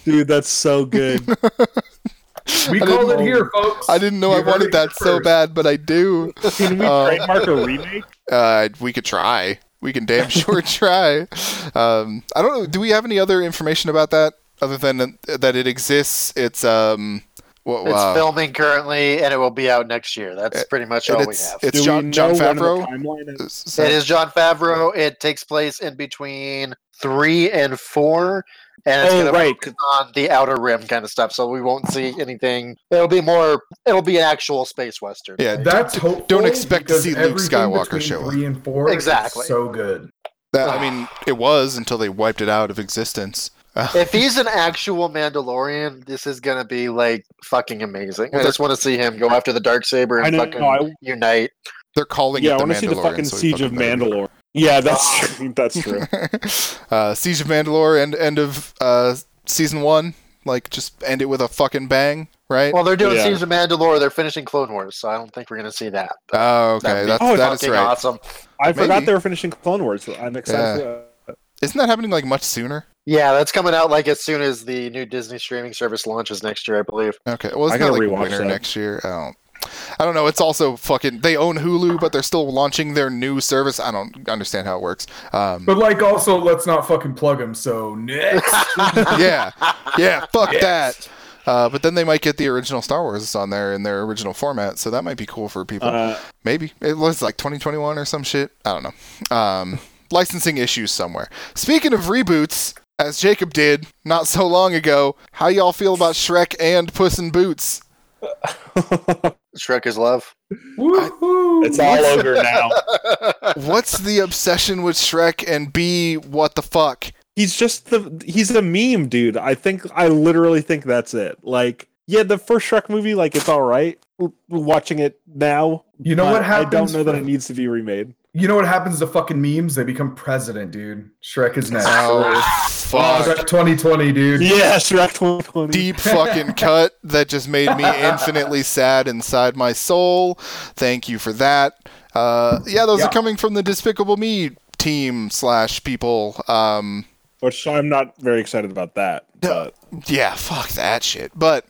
dude, that's so good.
we
I
call it
didn't-
here, folks.
I didn't know
You
I
heard
wanted
it
that
here
so
first.
bad, but I do.
Can we
Uh,
trademark a remake?
Uh, we could try. We can damn sure try. Um, I don't know. Do we have any other information about that other than that it exists? It's um, what,
It's
wow.
filming currently, and it will be out next year. That's pretty much all
And
we
it's
have.
it's
Do
John
we
John
know when the
Favreau.
timeline is?
Is
it
that-
is John Favreau. It takes place in between three and four, and it's
Oh,
gonna
right.
focus on the outer rim kind of stuff. So we won't see anything. It'll be more. It'll be an actual space western.
Yeah,
right?
That's hopeful.
Don't expect to
because
see Luke
everything
Skywalker
between
show up.
Three and four, is
Exactly.
So good.
that- I mean, it was until they wiped it out of existence.
if he's an actual Mandalorian, this is gonna be like fucking amazing. I just want to see him go after the dark saber
I
and
know.
fucking
I,
unite.
They're calling
yeah, I
it the
want to see the
Mandalorian,
fucking
so we
siege of
fucking better do it.
Mandalore. Yeah,
Ah.
that's true. that's true.
uh, Siege of Mandalore and end of uh, season one. Like, just end it with a fucking bang, right?
Well, they're doing
Yeah.
Season Mandalore. They're finishing Clone Wars, so I don't think we're gonna see that. but
oh, okay,
that'd be
that's,
Oh,
that is
fucking
right.
awesome.
I
Maybe.
forgot they were finishing Clone Wars. so I'm excited.
Yeah.
For that.
Isn't that happening like much sooner?
Yeah, that's coming out like as soon as the new Disney streaming service launches next year, I believe.
Okay, well,
I
isn't that
gotta
like
rewatch
winter
that.
next year? I don't. I don't know. It's also fucking. They own Hulu, but they're still launching their new service. I don't understand how it works. Um,
But like, also, let's not fucking plug him. So next,
yeah, yeah, fuck that. Uh, but then they might get the original Star Wars on there in their original format, so that might be cool for people.
Uh,
Maybe it was like 2021 or some shit. I don't know. Um, licensing issues somewhere. Speaking of reboots, as Jacob did not so long ago, how y'all feel about Shrek and Puss in Boots?
Shrek is love.
Woo-hoo.
it's all over now.
What's the obsession with Shrek and B? What the fuck?
He's just the he's a meme, dude. I think I literally think that's it. Like, yeah, the first Shrek movie, like it's all right. W- Watching it now,
You know
but
what happens?
I don't know that
for-
it needs to be remade.
You know what happens to fucking memes? They become president, dude. Shrek is next.
Oh fuck!
Shrek 2020, dude.
Yeah, Shrek 2020.
Deep fucking cut that just made me infinitely sad inside my soul. Thank you for that. Uh, yeah, those
Yeah.
are coming from the Despicable Me team slash people. Um,
Which I'm not very excited about that. But
yeah, fuck that shit. But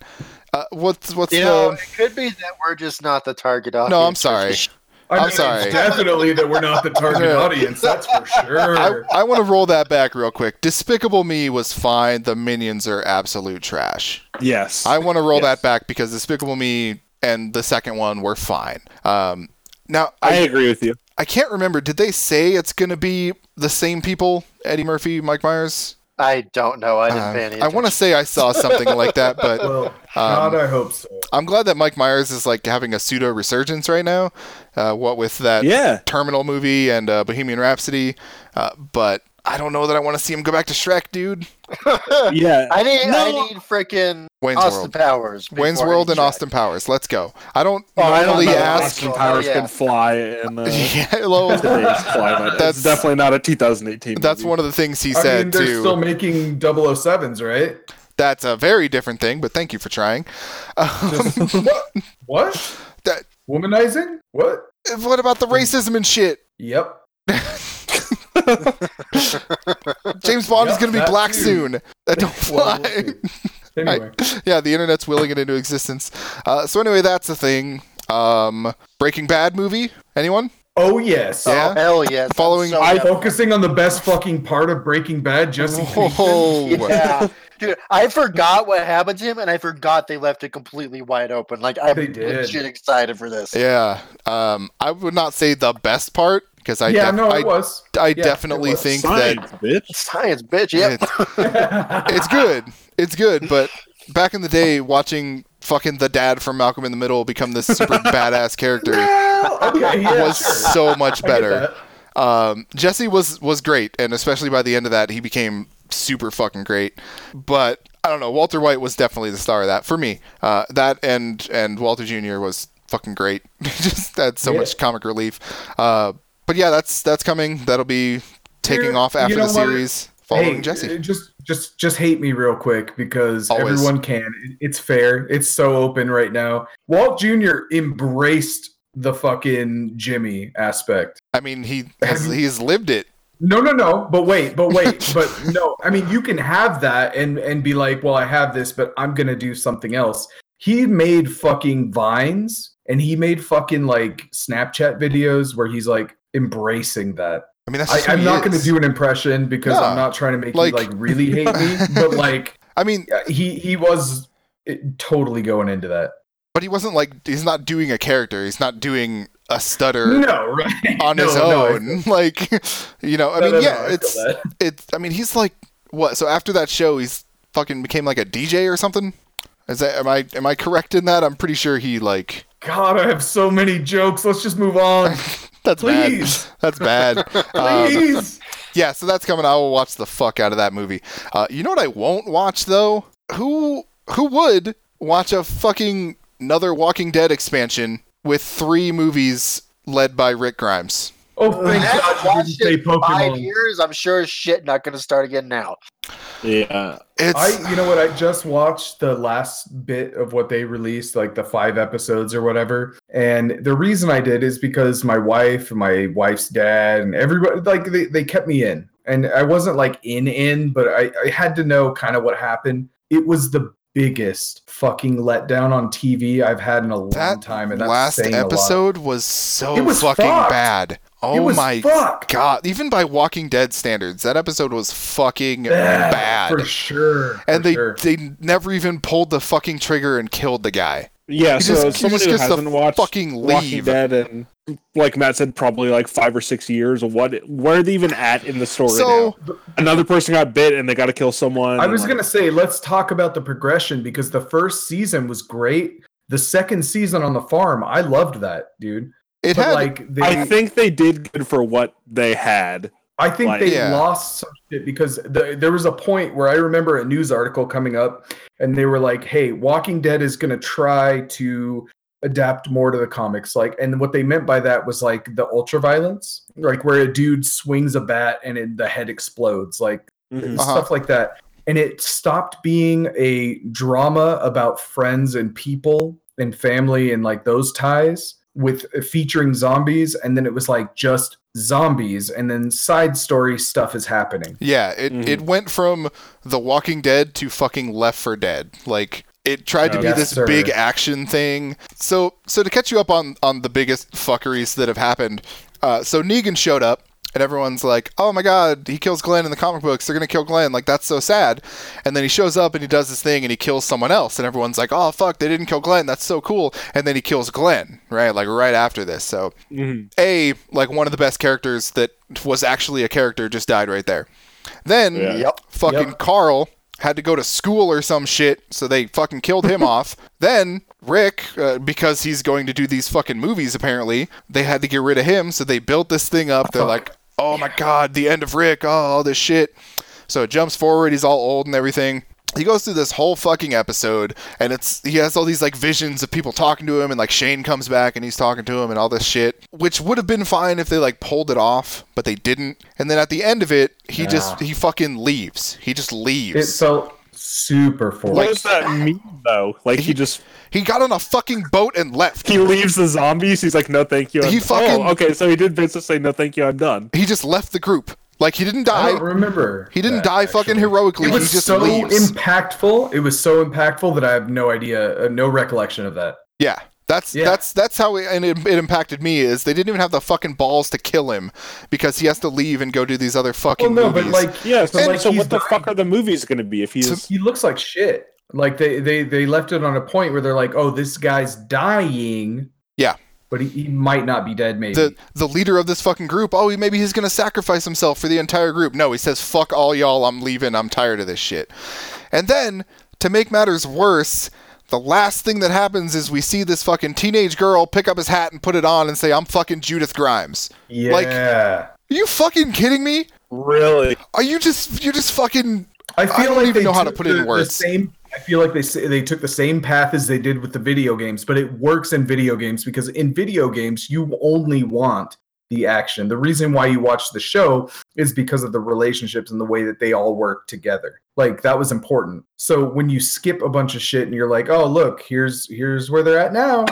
uh, what's what's
You
the
know, it could be that we're just not the target audience.
no? I'm
for
sorry.
Shrek.
I
I'm
it's
sorry.
Definitely that we're not the target
Yeah.
audience. That's for
I,
sure.
I want to roll that back real quick. Despicable Me was fine. The minions are absolute trash.
yes,
I want to roll
Yes.
that back because Despicable Me and the second one were fine. Um, now
I
I,
agree with you.
I can't remember. Did they say it's going to be the same people? Eddie Murphy, Mike Myers.
I don't know. I didn't
Um,
pay any.
I want to say I saw something like that, but
Well, God, I hope so.
I'm glad that Mike Myers is like having a pseudo resurgence right now. Uh, what with that
Yeah,
Terminal movie and uh, Bohemian Rhapsody, uh, but I don't know that I want to see him go back to Shrek, dude.
attention.
yeah.
I need. I
No.
need freaking
Wayne's
Austin
World.
Powers. before
Wayne's
I
World
need
and
Shrek.
Austin Powers. Let's go. I don't
Oh, I don't
normally
know.
that
ask.
Austin Powers
Yeah.
can fly, and uh,
Yeah, well,
today's climate.
That's-
That's definitely not a 2018.
that's
movie.
one of the things he
I
said
mean, they're
too.
still making 007s, right?
That's a very different thing, but thank you for trying. Um,
Just, what? What?
That-
Womanizing? What?
what about the racism and shit?
Yep.
James Bond is
Yep,
going to be
that
black
too.
soon. That don't
Well,
fly.
we'll see. anyway,
yeah, the internet's willing it into existence. Uh, so anyway, that's a thing. Um, Breaking Bad movie? Anyone?
oh yes.
Yeah.
Hell yes. I'm
Following-
so
I-
down.
Focusing on the best fucking part of Breaking Bad,
Oh,
Jesse. Pinkman.
Whoa.
Yeah, dude, I forgot what happened to him, and I forgot they left it completely wide open. Like I'm
They did.
legit excited for this.
Yeah. Um, I would not say the best part because I,
Yeah,
def-
no, it
I,
was.
I
Yeah,
definitely
it was.
think that
Science, bitch.
Science, bitch. Yep.
it's, it's good. It's good, but back in the day, watching fucking the dad from Malcolm in the Middle become this super badass character
Well, okay, yeah,
was
sure.
so much
I get
better.
that.
Um, Jesse was was great, and especially by the end of that, he became super fucking great. But I don't know, Walter White was definitely the star of that for me. Uh, that and and Walter Jr. was fucking great. Just had so
Yeah.
much comic relief. Uh, but yeah, that's that's coming. That'll be taking
Here,
off
you
after
know
the
what?
series, following
Hey,
Jesse.
uh, Just just just hate me real quick because
Always.
everyone can. It- It's fair. It's so open right now. Walt Jr. embraced the fucking Jimmy aspect.
I mean, he has, he's lived it.
No, no, no. But wait, but wait, but no. I mean, you can have that and and be like, "Well, I have this, but I'm going to do something else." He made fucking vines and he made fucking like Snapchat videos where he's like embracing that.
I mean, that's
I,
just
I'm not going to do an impression because
Yeah.
I'm not trying to make
Like-
you like really hate me, but like
I mean,
yeah, he he was eh, totally going into that.
but he wasn't like he's not doing a character. He's not doing a stutter
No, right?
Er, on
No,
his
no, I-
own. like, you know, I
no,
mean,
no, no,
yeah,
I feel
it's
that.
it's I mean, he's like what? So after that show, he's fucking became like a DJ or something. Is that am I am I correct in that? I'm pretty sure he like
God. I have so many jokes. Let's just move on,
that's
Please.
bad. That's bad. um,
please.
yeah, so that's coming. I will watch the fuck out of that movie. Uh, you know what I won't watch though? Who who would watch a fucking another Walking Dead expansion with three movies led by Rick Grimes?
oh, thank
Matt
God
watched
you didn't say
it five
Pokemon.
years. I'm sure as shit not going to start again now.
Yeah.
It's
I, you know what? I just watched the last bit of what they released, like the five episodes or whatever. And the reason I did is because my wife, and my wife's dad, and everybody, like they, they kept me in. And I wasn't like in, in, but I, I had to know kind of what happened. It was the biggest fucking letdown on TV I've had in a long
that
time. And that's
last
saying a lot.
episode was so
It was
fucking
fucked.
bad. Oh
it was
my
fuck
god! Even by Walking Dead standards, that episode was fucking
bad,
bad.
for sure.
and
for
they
sure.
they never even pulled the fucking trigger and killed the guy.
Yeah,
He
so
just- he
someone
just
who
gets to
hasn't watched
fucking
Walking
leave.
Dead and like Matt said, probably like five or six years. Of what where are they even at in the story?
So-
now? another person got bit and they got to kill someone.
I
and,
was
like,
gonna say, let's talk about the progression because the first season was great. The second season on the farm, I loved that, dude.
It
but
had
like, they,
I think they did good for what they had.
I think
like-
they
Yeah.
lost some shit because the, there was a point where I remember a news article coming up, and they were like, "Hey, Walking Dead is gonna try to adapt more to the comics." Like, and what they meant by that was like the ultra violence, like where a dude swings a bat and it, the head explodes, like
Mhm.
and
Uh-huh.
stuff like that. And it stopped being a drama about friends and people and family and like those ties with featuring zombies. And then it was like just zombies and then side story stuff is happening.
Yeah, it,
Mhm.
it went from The Walking Dead to fucking Left for Dead. Like it tried to
Oh,
be
yes,
this
sir.
big action thing. So so to catch you up on on the biggest fuckeries that have happened. Uh, so Negan showed up and everyone's like, "Oh my god, he kills Glenn in the comic books. They're gonna kill Glenn. Like that's so sad." And then he shows up and he does this thing and he kills someone else and everyone's like, "Oh fuck, they didn't kill Glenn. That's so cool." And then he kills Glenn right like right after this. So
Mhm.
a like one of the best characters that was actually a character just died right there. Then
Yeah.
Yep.
fucking
Yep.
Carl had to go to school or some shit, so they fucking killed him off. Then Rick, uh, because he's going to do these fucking movies apparently, they had to get rid of him, so they built this thing up. They're like, oh my god, the end of Rick, oh, all this shit. So it jumps forward, he's all old and everything. He goes through this whole fucking episode and it's he has all these like visions of people talking to him and like Shane comes back and he's talking to him and all this shit, which would have been fine if they like pulled it off, but they didn't. And then at the end of it, he just he fucking leaves. He just
It
leaves.
felt super forced.
what does that mean though? Like he just
he got on a fucking boat and left.
he leaves the zombies. He's like, no, thank you. I'm-
He fucking-
oh, okay. So he did basically say, no, thank you. I'm done.
He just left the group. Like he didn't
I
die.
don't remember.
He didn't
that,
die fucking
actually.
heroically.
It
He
was
just
so
leaves.
impactful. It was so impactful that I have no idea, uh, no recollection of that.
Yeah. That's
Yeah.
that's that's how it, and it, it impacted me is they didn't even have the fucking balls to kill him because he has to leave and go do these other
Well,
fucking
no, but
movies.
like,
Yeah. So,
And-
like, so
he's
what the
dying.
fuck are the movies going to be if he's
he looks like shit. Like they they they left it on a point where they're like, oh, this guy's dying.
Yeah.
but he, he might not be dead. Maybe
the the leader of this fucking group, oh, maybe he's gonna sacrifice himself for the entire group. No, he says, "Fuck all y'all, I'm leaving. I'm tired of this shit." And then, to make matters worse, the last thing that happens is we see this fucking teenage girl pick up his hat and put it on and say, "I'm fucking Judith Grimes."
yeah.
like- Are you fucking kidding me?
Really?
Are you just you just fucking
I feel
don't
like
even
they
know how to
took
put it in
the- the
words.
same. I feel like they say, they took the same path as they did with the video games, but it works in video games because in video games you only want the action. The reason why you watch the show is because of the relationships and the way that they all work together. Like that was important. So when you skip a bunch of shit and you're like, "Oh, look, here's here's where they're at now."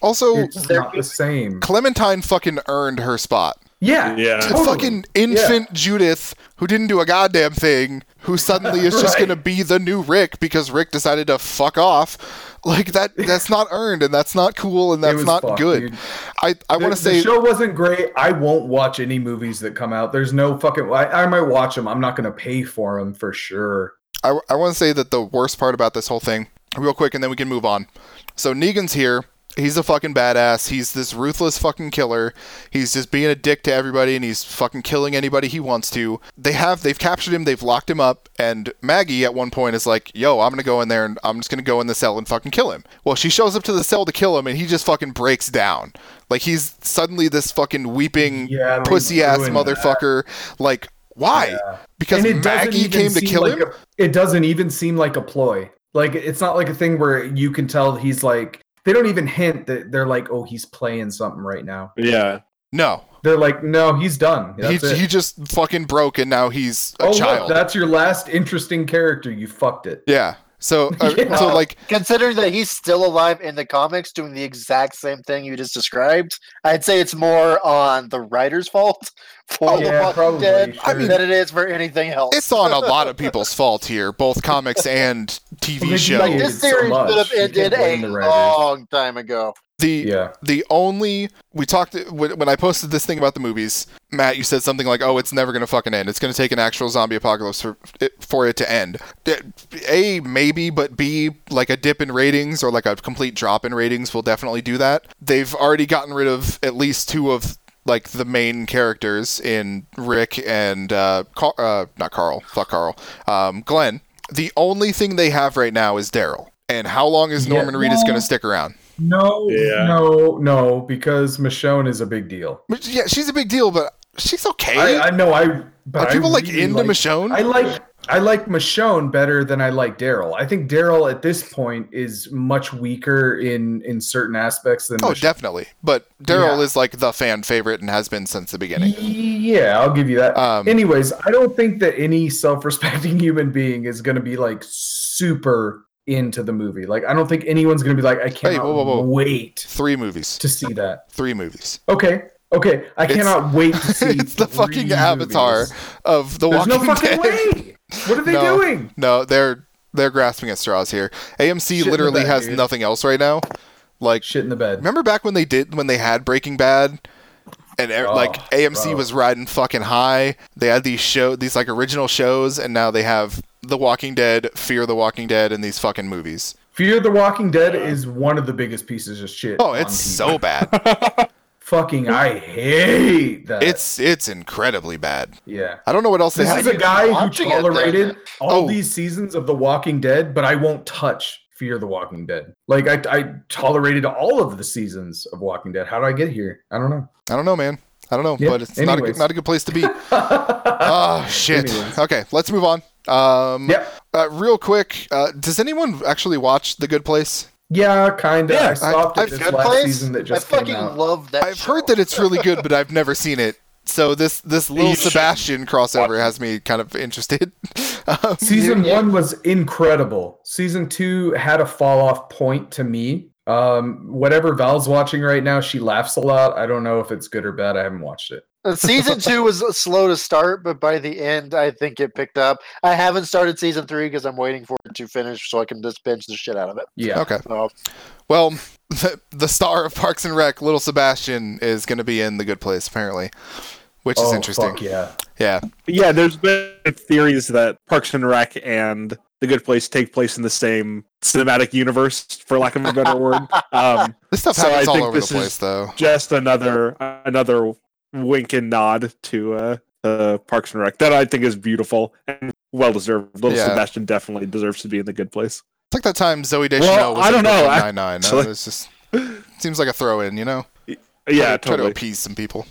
also
It's not the same.
Clementine fucking earned her spot.
Yeah.
To
Yeah.
Totally.
fucking infant Judith who didn't do a goddamn thing, who suddenly is just
Right.
gonna be the new Rick because Rick decided to fuck off. Like that that's not earned and that's not cool and
It
that's
was
not
fucked,
good.
dude.
I, I
The-
wanna say
the show wasn't great. I won't watch any movies that come out. There's no fucking. I, I might watch them. I'm not going to pay for them for sure.
I, I want to say that the worst part about this whole thing, real quick, and then we can move on. So Negan's here. He's a fucking badass. He's this ruthless fucking killer. He's just being a dick to everybody, and he's fucking killing anybody he wants to. They have they've captured him. They've locked him up. And Maggie at one point is like, "Yo, I'm gonna go in there and I'm just gonna go in the cell and fucking kill him." Well, she shows up to the cell to kill him, and he just fucking breaks down. Like he's suddenly this fucking weeping
Yeah, they
pussy ass
ruined that.
motherfucker. Like why? Because
And it doesn't
Maggie
even
came to
seem
kill
like
him.
a- it doesn't even seem like a ploy. Like it's not like a thing where you can tell he's like. They don't even hint that they're like, oh, he's playing something right now.
Yeah.
No,
They're like, no, he's done.
he,
That's it.
he just fucking broke and now he's a
oh, look,
child.
that's your last interesting character. You fucked it.
yeah. So, uh,
Yeah.
so like,
Considering that he's still alive in the comics doing the exact same thing you just described, I'd say it's more on the writer's fault for
Oh,
the
yeah,
Walking
probably,
Dead
sure. I mean-
than it is for anything else.
it's on a lot of people's fault here, both comics and
Well,
TV
they
show.
like
hated
this
so
series
much.
should have
You
ended
can't blame
a
the writers.
long time ago.
the
Yeah.
the only we talked when when I posted this thing about the movies, Matt, you said something like, "Oh, it's never gonna fucking end. It's gonna take an actual zombie apocalypse for it, for it to end." A maybe, but B like a dip in ratings or like a complete drop in ratings will definitely do that. They've already gotten rid of at least two of like the main characters in Rick and uh, Car- uh not Carl, fuck Carl, um, Glenn. The only thing they have right now is Daryl. And how long is
Yeah,
Norman Reedus
well-
gonna stick around?
No,
Yeah.
no, no, because Michonne is a big deal.
But yeah, she's a big deal, but she's okay.
I, I know I. But
Are
I
people like
really
into Michonne?
I like I like Michonne better than I like Daryl. I think Daryl at this point is much weaker in in certain aspects than.
oh,
Michonne.
definitely. But Daryl
Yeah.
is like the fan favorite and has been since the beginning.
Yeah, I'll give you that.
Um,
Anyways, I don't think that any self-respecting human being is going to be like super into the movie. Like, I don't think anyone's going to be like, I cannot
whoa, whoa, whoa.
wait
Three movies.
to see that.
Three movies.
Okay, okay, I
It's-
cannot wait to see.
it's the
three
fucking Avatar
movies.
of the
There's
Walking
no fucking
Dead.
way. What are they
No.
doing?
No, they're they're grasping at straws here. AMC
Shit in the
literally
bed,
has
dude.
nothing else right now. Like
Shit in the bed.
Remember back when they did when they had Breaking Bad, and er-
Oh,
like AMC
bro.
was riding fucking high. They had these show these like original shows, and now they have The Walking Dead, Fear the Walking Dead, and these fucking movies.
Fear the Walking Dead is one of the biggest pieces of shit.
Oh,
on
it's
TV.
so bad.
fucking. I hate that.
it's it's incredibly bad.
yeah.
I don't know what else they
This
had.
is a guy who
watching it then?
tolerated all
Oh.
these seasons of The Walking Dead, but I won't touch Fear the Walking Dead. Like I, I tolerated all of the seasons of Walking Dead. How did I get here? I don't know.
I don't know, man. I don't know,
Yeah,
but it's not a, good-
anyways.
not a good place to be. oh shit.
Anyways.
Okay, let's move on. Um,
Yep.
uh, real quick, uh, does anyone actually watch The Good Place?
Yeah, kind of.
Yeah,
I stopped
I-
at this
Good
last
place.
season that
I
just
fucking
came out.
love that.
I've heard that it's really good, but I've never seen it. So this this little
You should
Sebastian crossover
watch it.
has me kind of interested. um,
Season
Yeah.
one was incredible. Season two had a fall off point to me. Um, whatever Val's watching right now, she laughs a lot. I don't know if it's good or bad. I haven't watched it.
Uh, season two was slow to start, but by the end, I think it picked up. I haven't started season three because I'm waiting for it to finish so I can just binge the shit out of it.
Yeah.
okay,
So,
well, the, the star of Parks and Rec, little Sebastian, is going to be in the Good Place apparently, which is
Oh,
interesting.
fuck yeah.
yeah.
Yeah, there's been theories that Parks and Rec and The Good Place take place in the same cinematic universe, for lack of a better word. Um,
this stuff
So I
happens all
think
over the
this
place,
is-
though.
just another another wink and nod to uh, uh, Parks and Rec that I think is beautiful and well deserved. Little
Yeah.
Sebastian definitely deserves to be in the good place.
It's like that time Zoe Deschanel was
I
in
don't know,
Brooklyn Nine-Nine.
actually.
Uh, It's just seems like a throw in, you know.
Yeah,
try, to- try to
totally.
appease some people.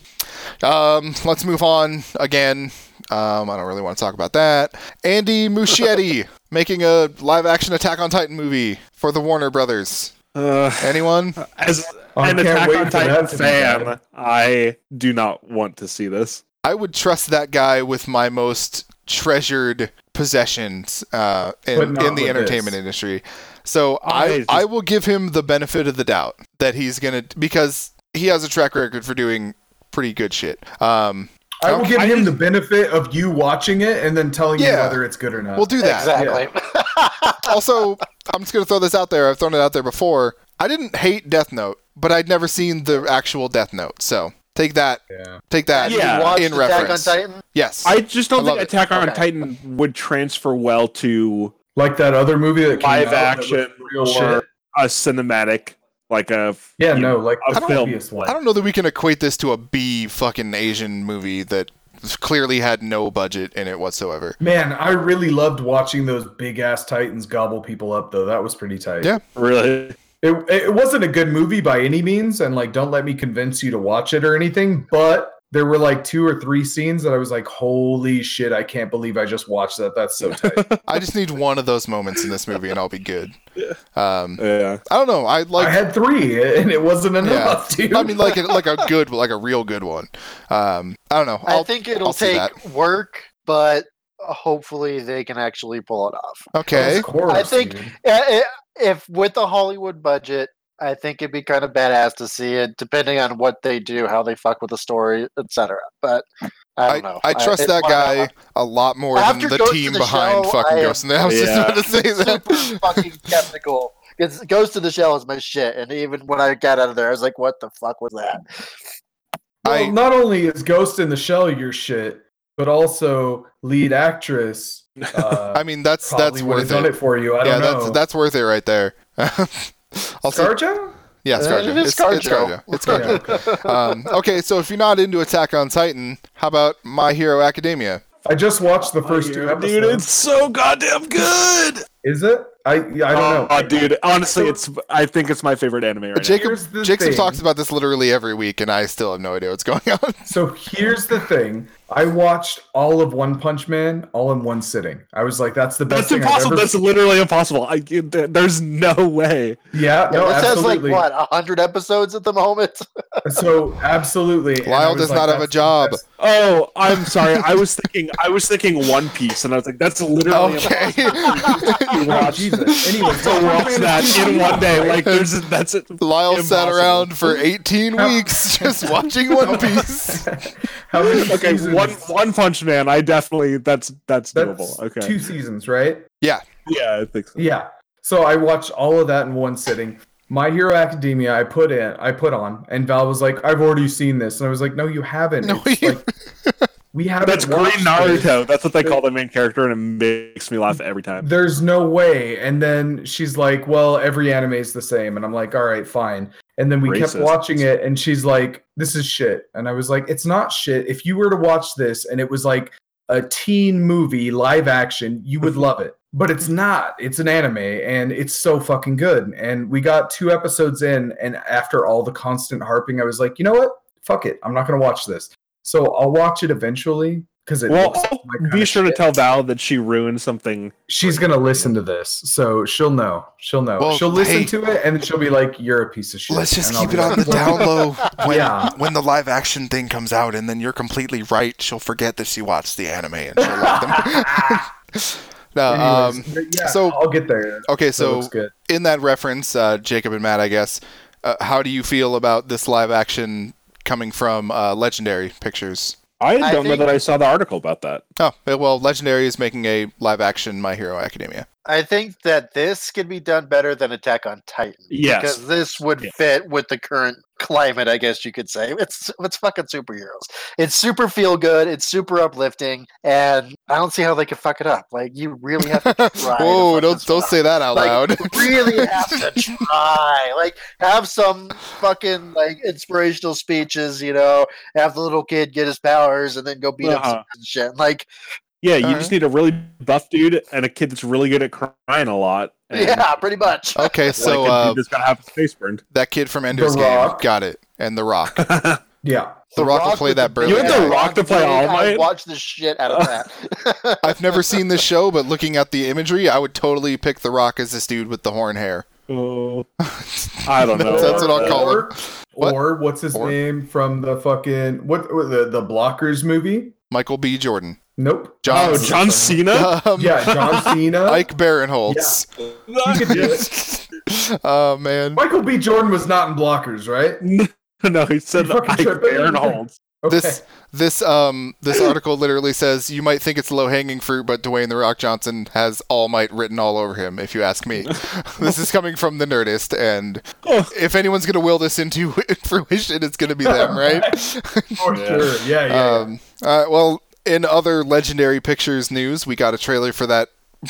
Um, let's move on again. Um, I don't really want to talk about that. Andy Muschietti making a live action Attack on Titan movie for the Warner Brothers.
Uh,
Anyone?
as
I
an
can't
Attack
wait
on
for
Titan
that to be
fan,
bad.
I do not want to see this.
I would trust that guy with my most treasured possessions uh,
But
in,
not
in the
with
entertainment
this.
industry. So
I
I,
just-
I will give him the benefit of the doubt that he's gonna because he has a track record for doing pretty good shit. Um,
I will give
I
him
just-
the benefit of you watching it and then telling you
Yeah.
whether it's good or not.
we'll do that.
Exactly.
also, I'm just gonna throw this out there. I've thrown it out there before. I didn't hate Death Note, but I'd never seen the actual Death Note. So take that,
Yeah.
take that.
Yeah.
You watched
in
Attack
reference.
on Titan?
Yes,
I just don't
I love
think
it.
Attack on
Okay.
Titan would transfer well to
Like that other movie that came
Live
out that was
action
real
or-
shit.
a cinematic, like a
Yeah,
you
no, like
a
the
film.
previous one.
I don't know that we can equate this to a B fucking Asian movie that clearly had no budget in it whatsoever.
Man, I really loved watching those big ass Titans gobble people up though. That was pretty tight.
Yeah.
really
It, it wasn't a good movie by any means, and like, don't let me convince you to watch it or anything. But there were like two or three scenes that I was like, "Holy shit! I can't believe I just watched that. That's so tight."
I just need one of those moments in this movie and I'll be good. Um,
yeah.
I don't know.
I
I like.
had three, and it wasn't enough, dude.
I mean, like a, like a good, like a real good one. Um, I don't know.
I
I'll,
think it'll
I'll see
take work, but hopefully they can actually pull it off.
okay.
Of course,
I think-
dude.
I- I- eh, If with the Hollywood budget, I think it'd be kind of badass to see it, depending on what they do, how they fuck with the story, etc. But I
I,
don't know.
I trust
it-
that
why
guy a lot more
After
than the
Ghost
team
in the
behind
Shell,
fucking
I
Ghost in the. I was
Yeah.
just about to say
not? Super
that.
fucking skeptical. Because Ghost to the Shell is my shit, and even when I got out of there, I was like, "What the fuck was that?"
Well,
I-
not only is Ghost in the Shell your shit, but also lead actress. Uh,
I mean, that's
probably
that's
would have
worth
done
it.
it for you. I
yeah,
don't know.
that's that's worth it right there. also,
Scarjo?
yeah,
Uh,
Scarjo.
it is
It's, it's
Scarjo.
Scarjo. It's Scarjo. um, okay, so if you're not into Attack on Titan, how about My Hero Academia?
I just watched the first two episodes.
dude, it's so goddamn good.
Is it? I I don't know.
Oh, dude, honestly, it's I think it's my favorite anime right now.
Jacob,
Here's the
Jacob
thing.
talks about this literally every week, and I still have no idea what's going on.
So here's the thing. I watched all of One Punch Man all in one sitting. I was like, that's the best
That's
thing
impossible.
I've ever
That's literally impossible. I, you- there- there's no way.
Yeah,
Yeah,
no,
it says like
absolutely.
what hundred episodes at the moment.
So absolutely. And I
Lyle
was
does
like,
not have a
that's the
job.
best-
Oh, I'm sorry. I was thinking. I was thinking One Piece, and I was like, that's literally.
Okay.
impossible.
Oh, Jesus. Anyway,
to
so
watch that in one day. Like there's that's it.
Lyle sat
Impossible.
around for 18 weeks just watching One Piece.
How many
Okay,
seasons?
one one punch man. I definitely that's that's
That's
doable. Okay.
two seasons, right?
Yeah, I think so.
Yeah. So I watched all of that in one sitting. My Hero Academia, I put in, I put on, and Val was like, "I've already seen this," and I was like, "No, you haven't.
No,
It's
you-
like, we haven't."
That's Green
watched this.
Naruto. That's what they call the main character, and it makes me laugh every time.
There's no way. And then she's like, "Well, every anime is the same," and I'm like, "All right, fine." And then we kept
Racist.
watching it, and she's like, "This is shit," and I was like, "It's not shit. If you were to watch this, and it was like a teen movie live action, you would love it. But it's not. It's an anime and it's so fucking good. And we got two episodes in, and after all the constant harping, I was like, you know what? Fuck it. I'm not gonna watch this. So I'll watch it eventually because it
Well,
looks
I'll
like my
be
kinda
sure to
shit.
tell Val that she ruined something.
she's gonna listen to this, so she'll know. She'll know.
Well,
she'll listen
hey.
to it and then she'll be like, You're a piece of shit.
Let's just
And I'll
keep it
be
on the
like,
down low when,
Yeah.
when the live action thing comes out, and then you're completely right. She'll forget that she watched the anime and she'll love them. no, um,
Anyways, but yeah,
so-
I'll get there.
okay,
So
so
looks good.
in that reference, uh, Jacob and Matt, I guess, uh, how do you feel about this live action coming from uh, Legendary Pictures?
I
I
don't know
think-
that I saw the article about that.
Oh, well, Legendary is making a live action My Hero Academia.
I think that this could be done better than Attack on Titan.
Yes.
Because this would
Yes.
fit with the current climate, I guess you could say. It's it's fucking superheroes. It's super feel good, it's super uplifting, and I don't see how they could fuck it up. Like you really have to try. to
Whoa,
fuck
don't
this
don't
one up.
say that out
Like,
loud.
really have to try. Like have some fucking like inspirational speeches, you know, have the little kid get his powers and then go beat up
Uh-huh.
some and shit. Like
Yeah, you
Alright.
just need a really buff dude and a kid that's really good at crying a lot. And,
yeah, pretty much.
okay,
So
so
like, a
uh,
dude that's gonna have his face burned.
that kid from Ender's Game
Rock.
got it, and The Rock.
Yeah.
The Rock will play
with
that
the
You want The
billion-
Rock to play All
I
Might?
watch the shit out of that.
I've never seen this show, but looking at the imagery, I would totally pick The Rock as this dude with the horn hair.
Oh, I don't know.
That's- that's what I'll
Uh,
call it.
or,
What?
or what's his
Or-
name from the fucking what what- the the Blockers movie?
Michael B. Jordan.
Nope.
John.
Oh, John Cena.
Um,
Yeah, John Cena.
Ike Barinholtz.
He could do it.
oh man.
Michael B. Jordan was not in Blockers, right?
no, he said
You fucking
Ike
tripping.
Barinholtz.
Okay.
This this um this article literally says you might think it's low hanging fruit, but Dwayne the Rock Johnson has All Might written all over him. If you ask me, this is coming from the Nerdist, and
Oh.
if anyone's gonna will this into fruition, it's gonna be them, right?
For sure. Yeah, yeah. yeah.
Um, all right, well, in other legendary pictures news, we got a trailer for that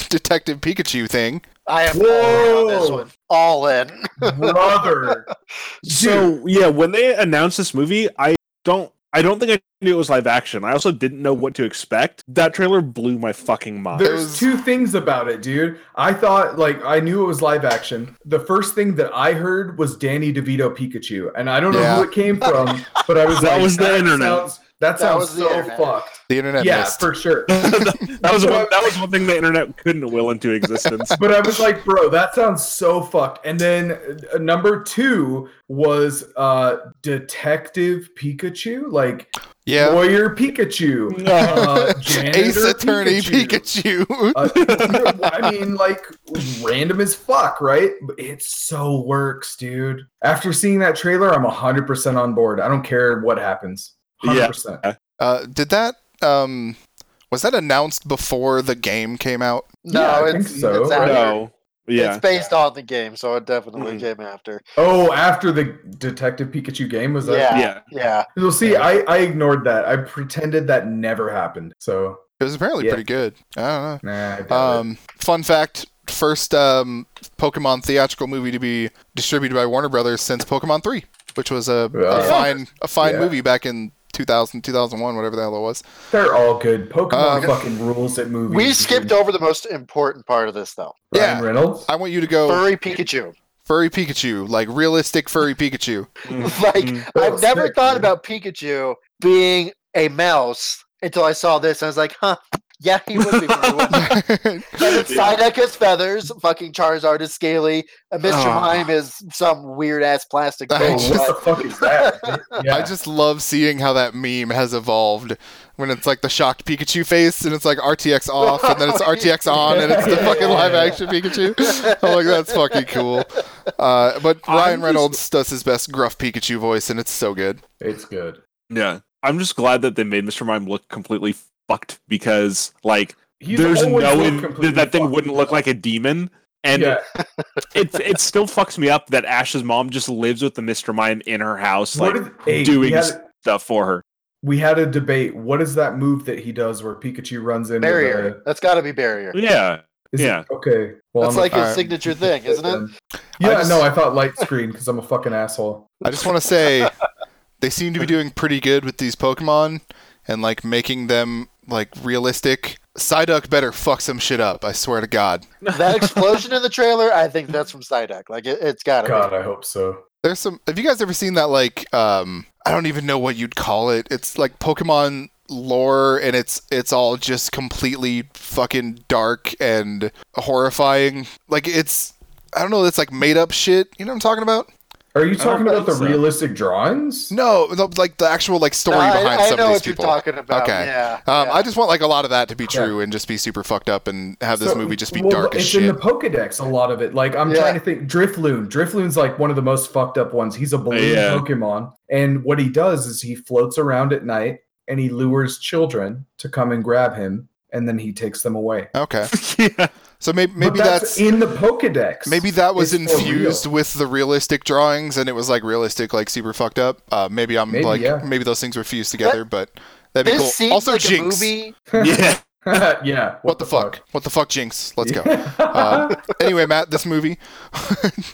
Detective Pikachu thing.
I am all in on this
Whoa.
one. All in.
Uh,
Brother.
So yeah, when they announced this movie, I don't I don't think I knew it was live action. I also didn't know what to expect. That trailer blew my fucking mind.
There's
was-
two things about it, dude. I thought like I knew it was live action. The first thing that I heard was Danny DeVito Pikachu, and I don't know
Yeah.
who it came from, but I was
That
like,
was the internet.
Sounds, that
That
sounds
was the
so
internet.
fucked.
The internet
yeah,
missed.
for sure.
that was one, that was one thing the internet couldn't will into existence.
but I was like, bro, that sounds so fucked. And then uh, number two was uh Detective Pikachu, like
yeah.
Lawyer Pikachu, uh, janitor
Ace Attorney
Pikachu.
Pikachu.
Uh, I mean, like random as fuck, right? But it so works, dude. After seeing that trailer, I'm 100% on board. I don't care what happens. 100%.
Uh, did that um was that announced before the game came out?
No,
Yeah, I think
it's,
so.
it's after.
No, yeah,
It's based on the game, so it definitely came after.
Oh, after the Detective Pikachu game was that?
Yeah.
yeah.
Yeah.
You'll see, I, I ignored that. I pretended that never happened. So,
It was apparently
Yeah.
pretty good. I don't know.
nah. I doubt it.
Um, fun fact: first um, Pokemon theatrical movie to be distributed by Warner Brothers since Pokemon Three, which was a, a
Yeah.
fine a fine
Yeah.
movie back in 2000, 2001, whatever the hell it was.
They're all good. Pokemon
Uh,
fucking rules at movies.
We
dude.
skipped over the most important part of this, though.
Ryan
Yeah.
Reynolds.
I want you to go
Furry Pikachu.
furry Pikachu, like realistic furry Pikachu.
Like,
That
I've
was
never
sick,
thought
dude.
about Pikachu being a mouse until I saw this. And I was like, huh, yeah, he would be. He would be. And it's Psyduck has feathers, fucking Charizard is scaly, and Mr.
Ah.
Mime is some weird ass plastic
I
Oh,
thing.
what the fuck is that? dude? Yeah.
I just love seeing how that meme has evolved. When it's like the shocked Pikachu face, and it's like RTX off, and then it's RTX on, and it's the
Yeah,
fucking
yeah,
live
yeah.
action Pikachu. I'm like, that's fucking cool. Uh, but
I'm
Ryan
just-
Reynolds does his best gruff Pikachu voice, and it's so good.
it's good.
Yeah, I'm just glad that they made Mr. Mime look completely fucked because like
He's
there's
always
no
looked
in,
completely
that, that thing
fucked.
wouldn't look like a demon, and
yeah.
it it still fucks me up that Ash's mom just lives with the Mr. Mime in her house,
What
like
is- hey,
doing
we had,
stuff for her.
we had a debate. What is that move that he does where Pikachu runs in? with
barrier.
a-
That's got to be barrier.
Yeah,
is it-
Yeah.
okay. Well,
That's
I'm a-
like
alright.
his signature thing, isn't it?
Yeah.
I just-
no, I thought light screen because I'm a fucking asshole.
I just want to say they seem to be doing pretty good with these Pokemon and like making them like realistic. Psyduck better fuck some shit up. I swear to God.
that explosion in the trailer, I think that's from Psyduck. Like it, it's got to
God, I hope so.
There's some. Have you guys ever seen that? Like, um, I don't even know what you'd call it. It's like Pokemon lore, and it's it's all just completely fucking dark and horrifying. Like, it's I don't know. It's like made up shit. You know what I'm talking about?
Are you talking
think
about the
so.
realistic drawings?
No, no, like the actual like
be. No,
story behind
I, I
some
know
of these
what
people.
you're talking about.
Okay.
Yeah.
Um,
yeah.
I just want like a lot of that to be
Yeah.
true and just be super fucked up and have this
So-
movie just be
well,
dark as
it's
shit.
in the Pokedex. A lot of it. Like I'm
Yeah.
trying to think. Drifloon. Drifloon's like one of the most fucked up ones. He's a balloon
Yeah.
Pokemon, and what he does is he floats around at night and he lures children to come and grab him, and then he takes them away.
okay,
yeah.
so maybe
But
maybe that's,
in the Pokedex.
maybe that was
It's for
infused
real.
with the realistic drawings and it was like realistic, like super fucked up. Uh, maybe I'm
Maybe,
like
yeah.
maybe those things were fused together, but that'd be
this
cool.
seems
Also,
like
Jinx.
a movie.
yeah.
yeah.
What, the, fuck? What the fuck, Jinx? Let's go. Uh,
go.
Anyway, Matt, this movie.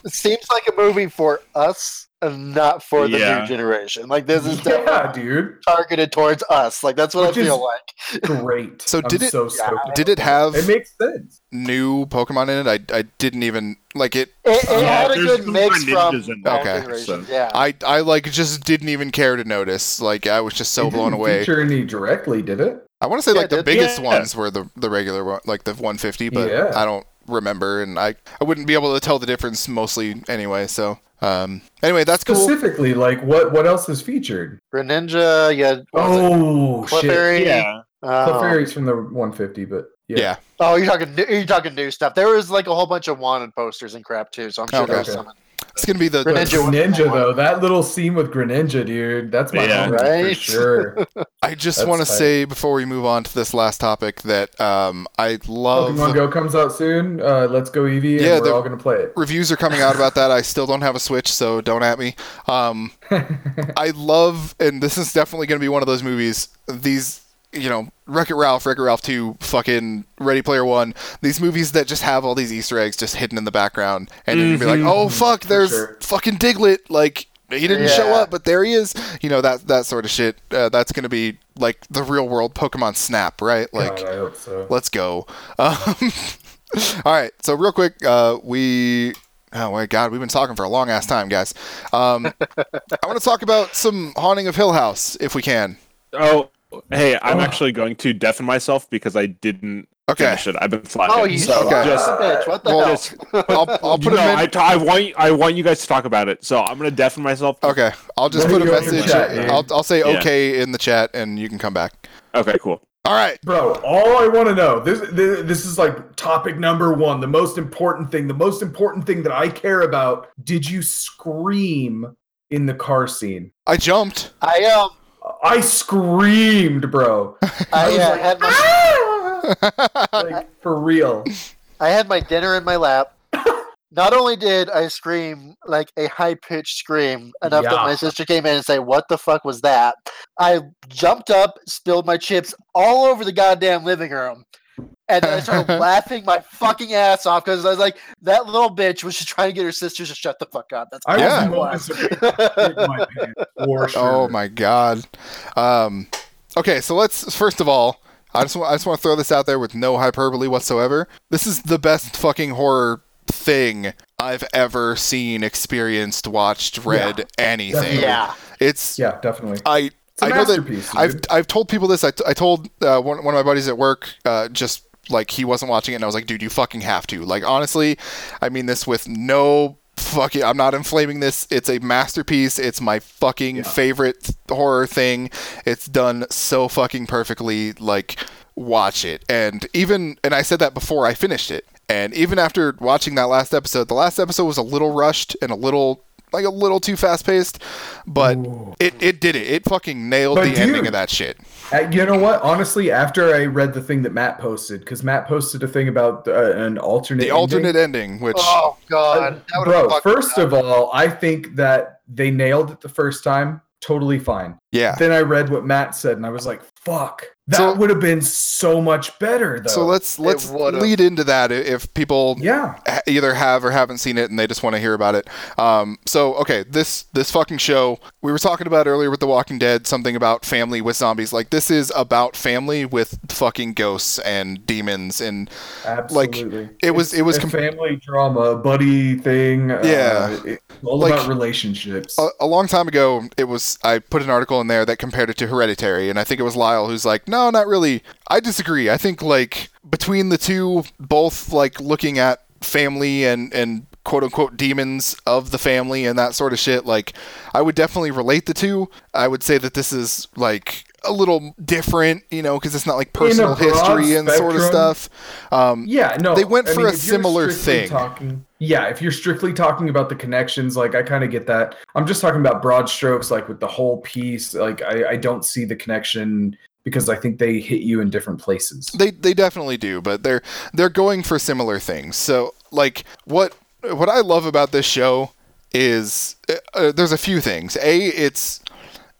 It seems like a movie for us and not for the
Yeah.
new generation. Like this is definitely
yeah, dude.
targeted towards us. Like that's what
Which
I
is-
feel like.
Great.
So
I'm
did it-
So stoked.
Did it have
It makes sense.
new Pokemon in it? I, I didn't even like it.
It, it
Yeah,
had a
there's
good
some
mix
kind of
from
ninjas in
all
there,
generations.
so-
Yeah.
I I like just didn't even care to notice. Like I was just so
It
blown
didn't
away.
Feature any directly? Did it?
I want to say
Yeah,
like the
did-
biggest
yeah.
ones were the the regular one, like the 150, but
Yeah.
I don't remember, and I I wouldn't be able to tell the difference mostly anyway. So um, anyway, that's cool.
Specifically, like what? What else is featured?
Greninja, yeah. what was it?
Oh shit.
Clefairy.
Yeah.
uh,
Clefairy's from the 150, but yeah.
Yeah.
Oh, you're talking new, you're talking new stuff. There was like a whole bunch of wanted posters and crap too, so I'm sure
Okay.
there was
Okay.
some.
It's gonna be the
But
Greninja was
Greninja
the one.
though, that little scene with Greninja, dude, that's my
Yeah.
moment for
Right?
sure.
I just
That's
want to
tight.
say before we move on to this last topic that um, I love
Pokemon Go comes out soon. Uh, let's go Eevee,
Yeah,
and we're
the-
all gonna play it.
reviews are coming out about that. I still don't have a Switch, so don't at me. Um, I love, and this is definitely going to be one of those movies. These, you know, Wreck It Ralph, Wreck It Ralph Two, fucking Ready Player One. These movies that just have all these Easter eggs just hidden in the background, and you'd be like,
Mhm.
oh fuck, there's
sure.
fucking Diglett, like. He didn't show
Yeah.
up, but there he is. You know that that sort of shit. Uh, that's gonna be like the real world Pokemon Snap, right? Like,
God, I hope so.
Let's go. Um, all right. So real quick, uh, we. Oh my God, we've been talking for a long ass time, guys. Um, I want to talk about some haunting of Hill House, if we can.
Oh, hey, I'm
Oh.
actually going to deafen myself because I didn't
Okay.
finish it. I've been slacking.
Oh, you
so
son of
okay.
a
just,
bitch! What the
Well,
hell?
just
I'll, I'll put
no,
a
I,
men-
I want you, I want you guys to talk about it. So I'm gonna deafen myself.
Okay. I'll just
Let
put a
me go in the
message.
chat, dude.
I'll, I'll say
Yeah.
okay in the chat, and you can come back.
Okay, cool.
All right.
Bro, all I want to know this, this this is like topic number one, the most important thing, the most important thing that I care about. Did you scream in the car scene?
I jumped.
I um,
I screamed, bro.
I uh, had my
like for real.
I had my dinner in my lap. Not only did I scream like a high pitched scream enough
Yeah.
that my sister came in and say, "What the fuck was that?" I jumped up, spilled my chips all over the goddamn living room, and then I started laughing my fucking ass off because I was like, "That little bitch was just trying to get her sister to shut the fuck up." That's all
I
Yeah.
was
it was.
moments of my pants for sure.
Oh my god. Um, okay, so let's first of all, I just wa- I just want to throw this out there with no hyperbole whatsoever. This is the best fucking horror thing I've ever seen, experienced, watched, read, anything.
definitely.
yeah,
It's
Yeah, definitely.
I
It's a
Uh, I know that
masterpiece.
I've
dude.
I've told people this. I, t- I told uh, one one of my buddies at work uh, just like he wasn't watching it, and I was like, dude, you fucking have to. Like honestly, I mean this with no fucking. I'm not inflaming this. It's a masterpiece. It's my fucking favorite th- horror thing. It's done so fucking perfectly. Like watch it, and even and I said that before I finished it. And even after watching that last episode, the last episode was a little rushed and a little like a little too fast paced, but it, it did it. It fucking nailed
But
the ending
dude-
of that shit.
Uh, you know what? Honestly, after I read the thing that Matt posted, because Matt posted a thing about uh, an alternate,
The alternate ending, which
Oh god, that
ending.
would've
Uh, bro.
fucked
First
me up.
of all, I think that they nailed it the first time. Totally fine.
yeah.
Then I read what Matt said, and I was like, "Fuck, that
So-
would have been so much better." Though.
So let's let's
would've-
lead into that i- if people
yeah,
ha- either have or haven't seen it and they just want to hear about it. Um, so okay, this this fucking show we were talking about earlier with The Walking Dead, something about family with zombies. Like this is about family with fucking ghosts and demons and
absolutely.
it was-
It's
it was
a
com-
family drama, buddy thing. uh,
Yeah.
it- all
Like- uh,
about relationships.
a, a long time ago it was i put an article in there that compared it to hereditary and i think it was lyle who's like no not really i disagree i think like between the two both like looking at family and and quote unquote demons of the family and that sort of shit like i would definitely relate the two i would say that this is like a little different you know because it's not like
a
personal
broad
history and sort of
spectrum.
stuff um
Yeah, no.
They went for a
if you're
similar
strictly
thing.
Talking, yeah, if you're strictly talking about the connections, like I kind of get that. I'm just talking about broad strokes, like with the whole piece. Like I, I don't see the connection because I think they hit you in different places.
They they definitely do, but they're they're going for similar things. So like what what I love about this show is uh, uh, there's a few things. A it's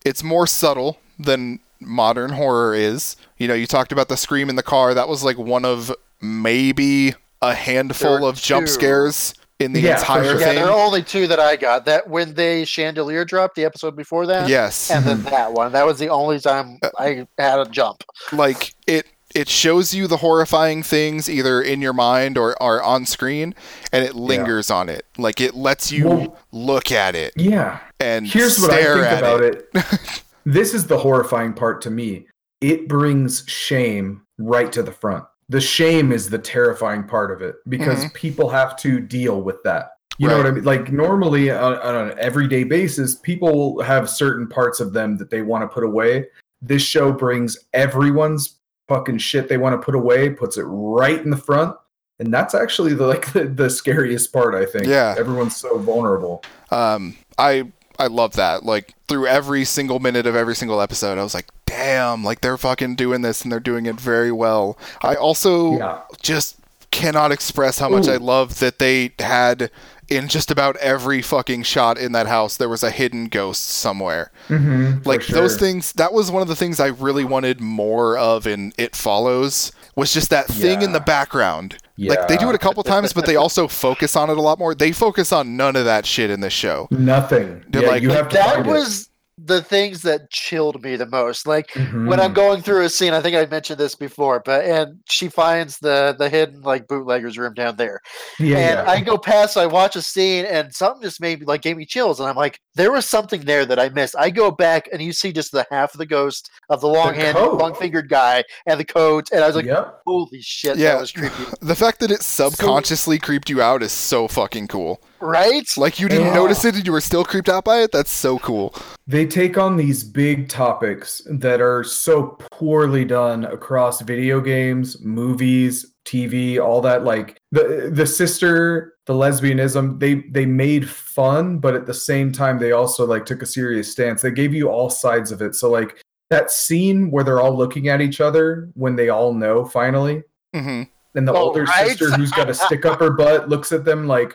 it's more subtle than modern horror is. You know, you talked about the scream in the car. That was like one of maybe a handful
There were
of jump
two.
scares in the
Yeah, for
entire
sure.
Yeah,
thing.
there are only two that I got. That when they chandelier dropped the episode before that.
yes.
And
Mm-hmm.
then that one. That was the only time
Uh,
I had a jump.
like it it shows you the horrifying things either in your mind or, or on screen and it lingers on it. Like it lets you
Well-
look at it
Yeah.
and
Here's what I
stare
think
at
about
it.
it. this is the horrifying part to me. It brings shame right to the front. The shame is the terrifying part of it because people have to deal with that. You know
Mm-hmm. Right.
what I mean? Like normally on, on an everyday basis, people have certain parts of them that they want to put away. This show brings everyone's fucking shit they want to put away, puts it right in the front, and that's actually the, like the, the scariest part. I think.
Yeah.
everyone's so vulnerable.
Um, I I love that. Like through every single minute of every single episode, I was like, damn, like they're fucking doing this and they're doing it very well. I also
Yeah.
just cannot express how much I love that they had in just about every fucking shot in that house there was a hidden ghost somewhere.
Mm-hmm,
Like those things that was one of the things I really wanted more of in It Follows was just that thing in
Yeah.
the background. Like they do it a couple times but they also focus on it a lot more. They focus on none of that shit in this show.
Nothing.
They're
yeah,
like-
you have to
That
find it.
was the things that chilled me the most. Like when
Mhm.
I'm going through a scene, I think I mentioned this before, but and she finds the the hidden like bootleggers room down there.
yeah,
and I go past, I watch a scene, and something just made me like gave me chills, and I'm like, there was something there that I missed. I go back, and you see just the half of the ghost of the long handed,
coat.
long fingered guy, and the coat, and I was like,
yep.
holy shit,
Yeah.
that was creepy,
The fact that it subconsciously creeped you out is so fucking cool.
right?
Like you didn't
Yeah.
notice it and you were still creeped out by it. That's so cool.
They take on these big topics that are so poorly done across video games, movies, TV, all that. Like the the sister, the lesbianism. They they made fun, but at the same time, they also like took a serious stance. They gave you all sides of it. So like that scene where they're all looking at each other when they all know finally,
hmm
And the
Oh,
older
right?
sister who's got a stick up her butt looks at them like,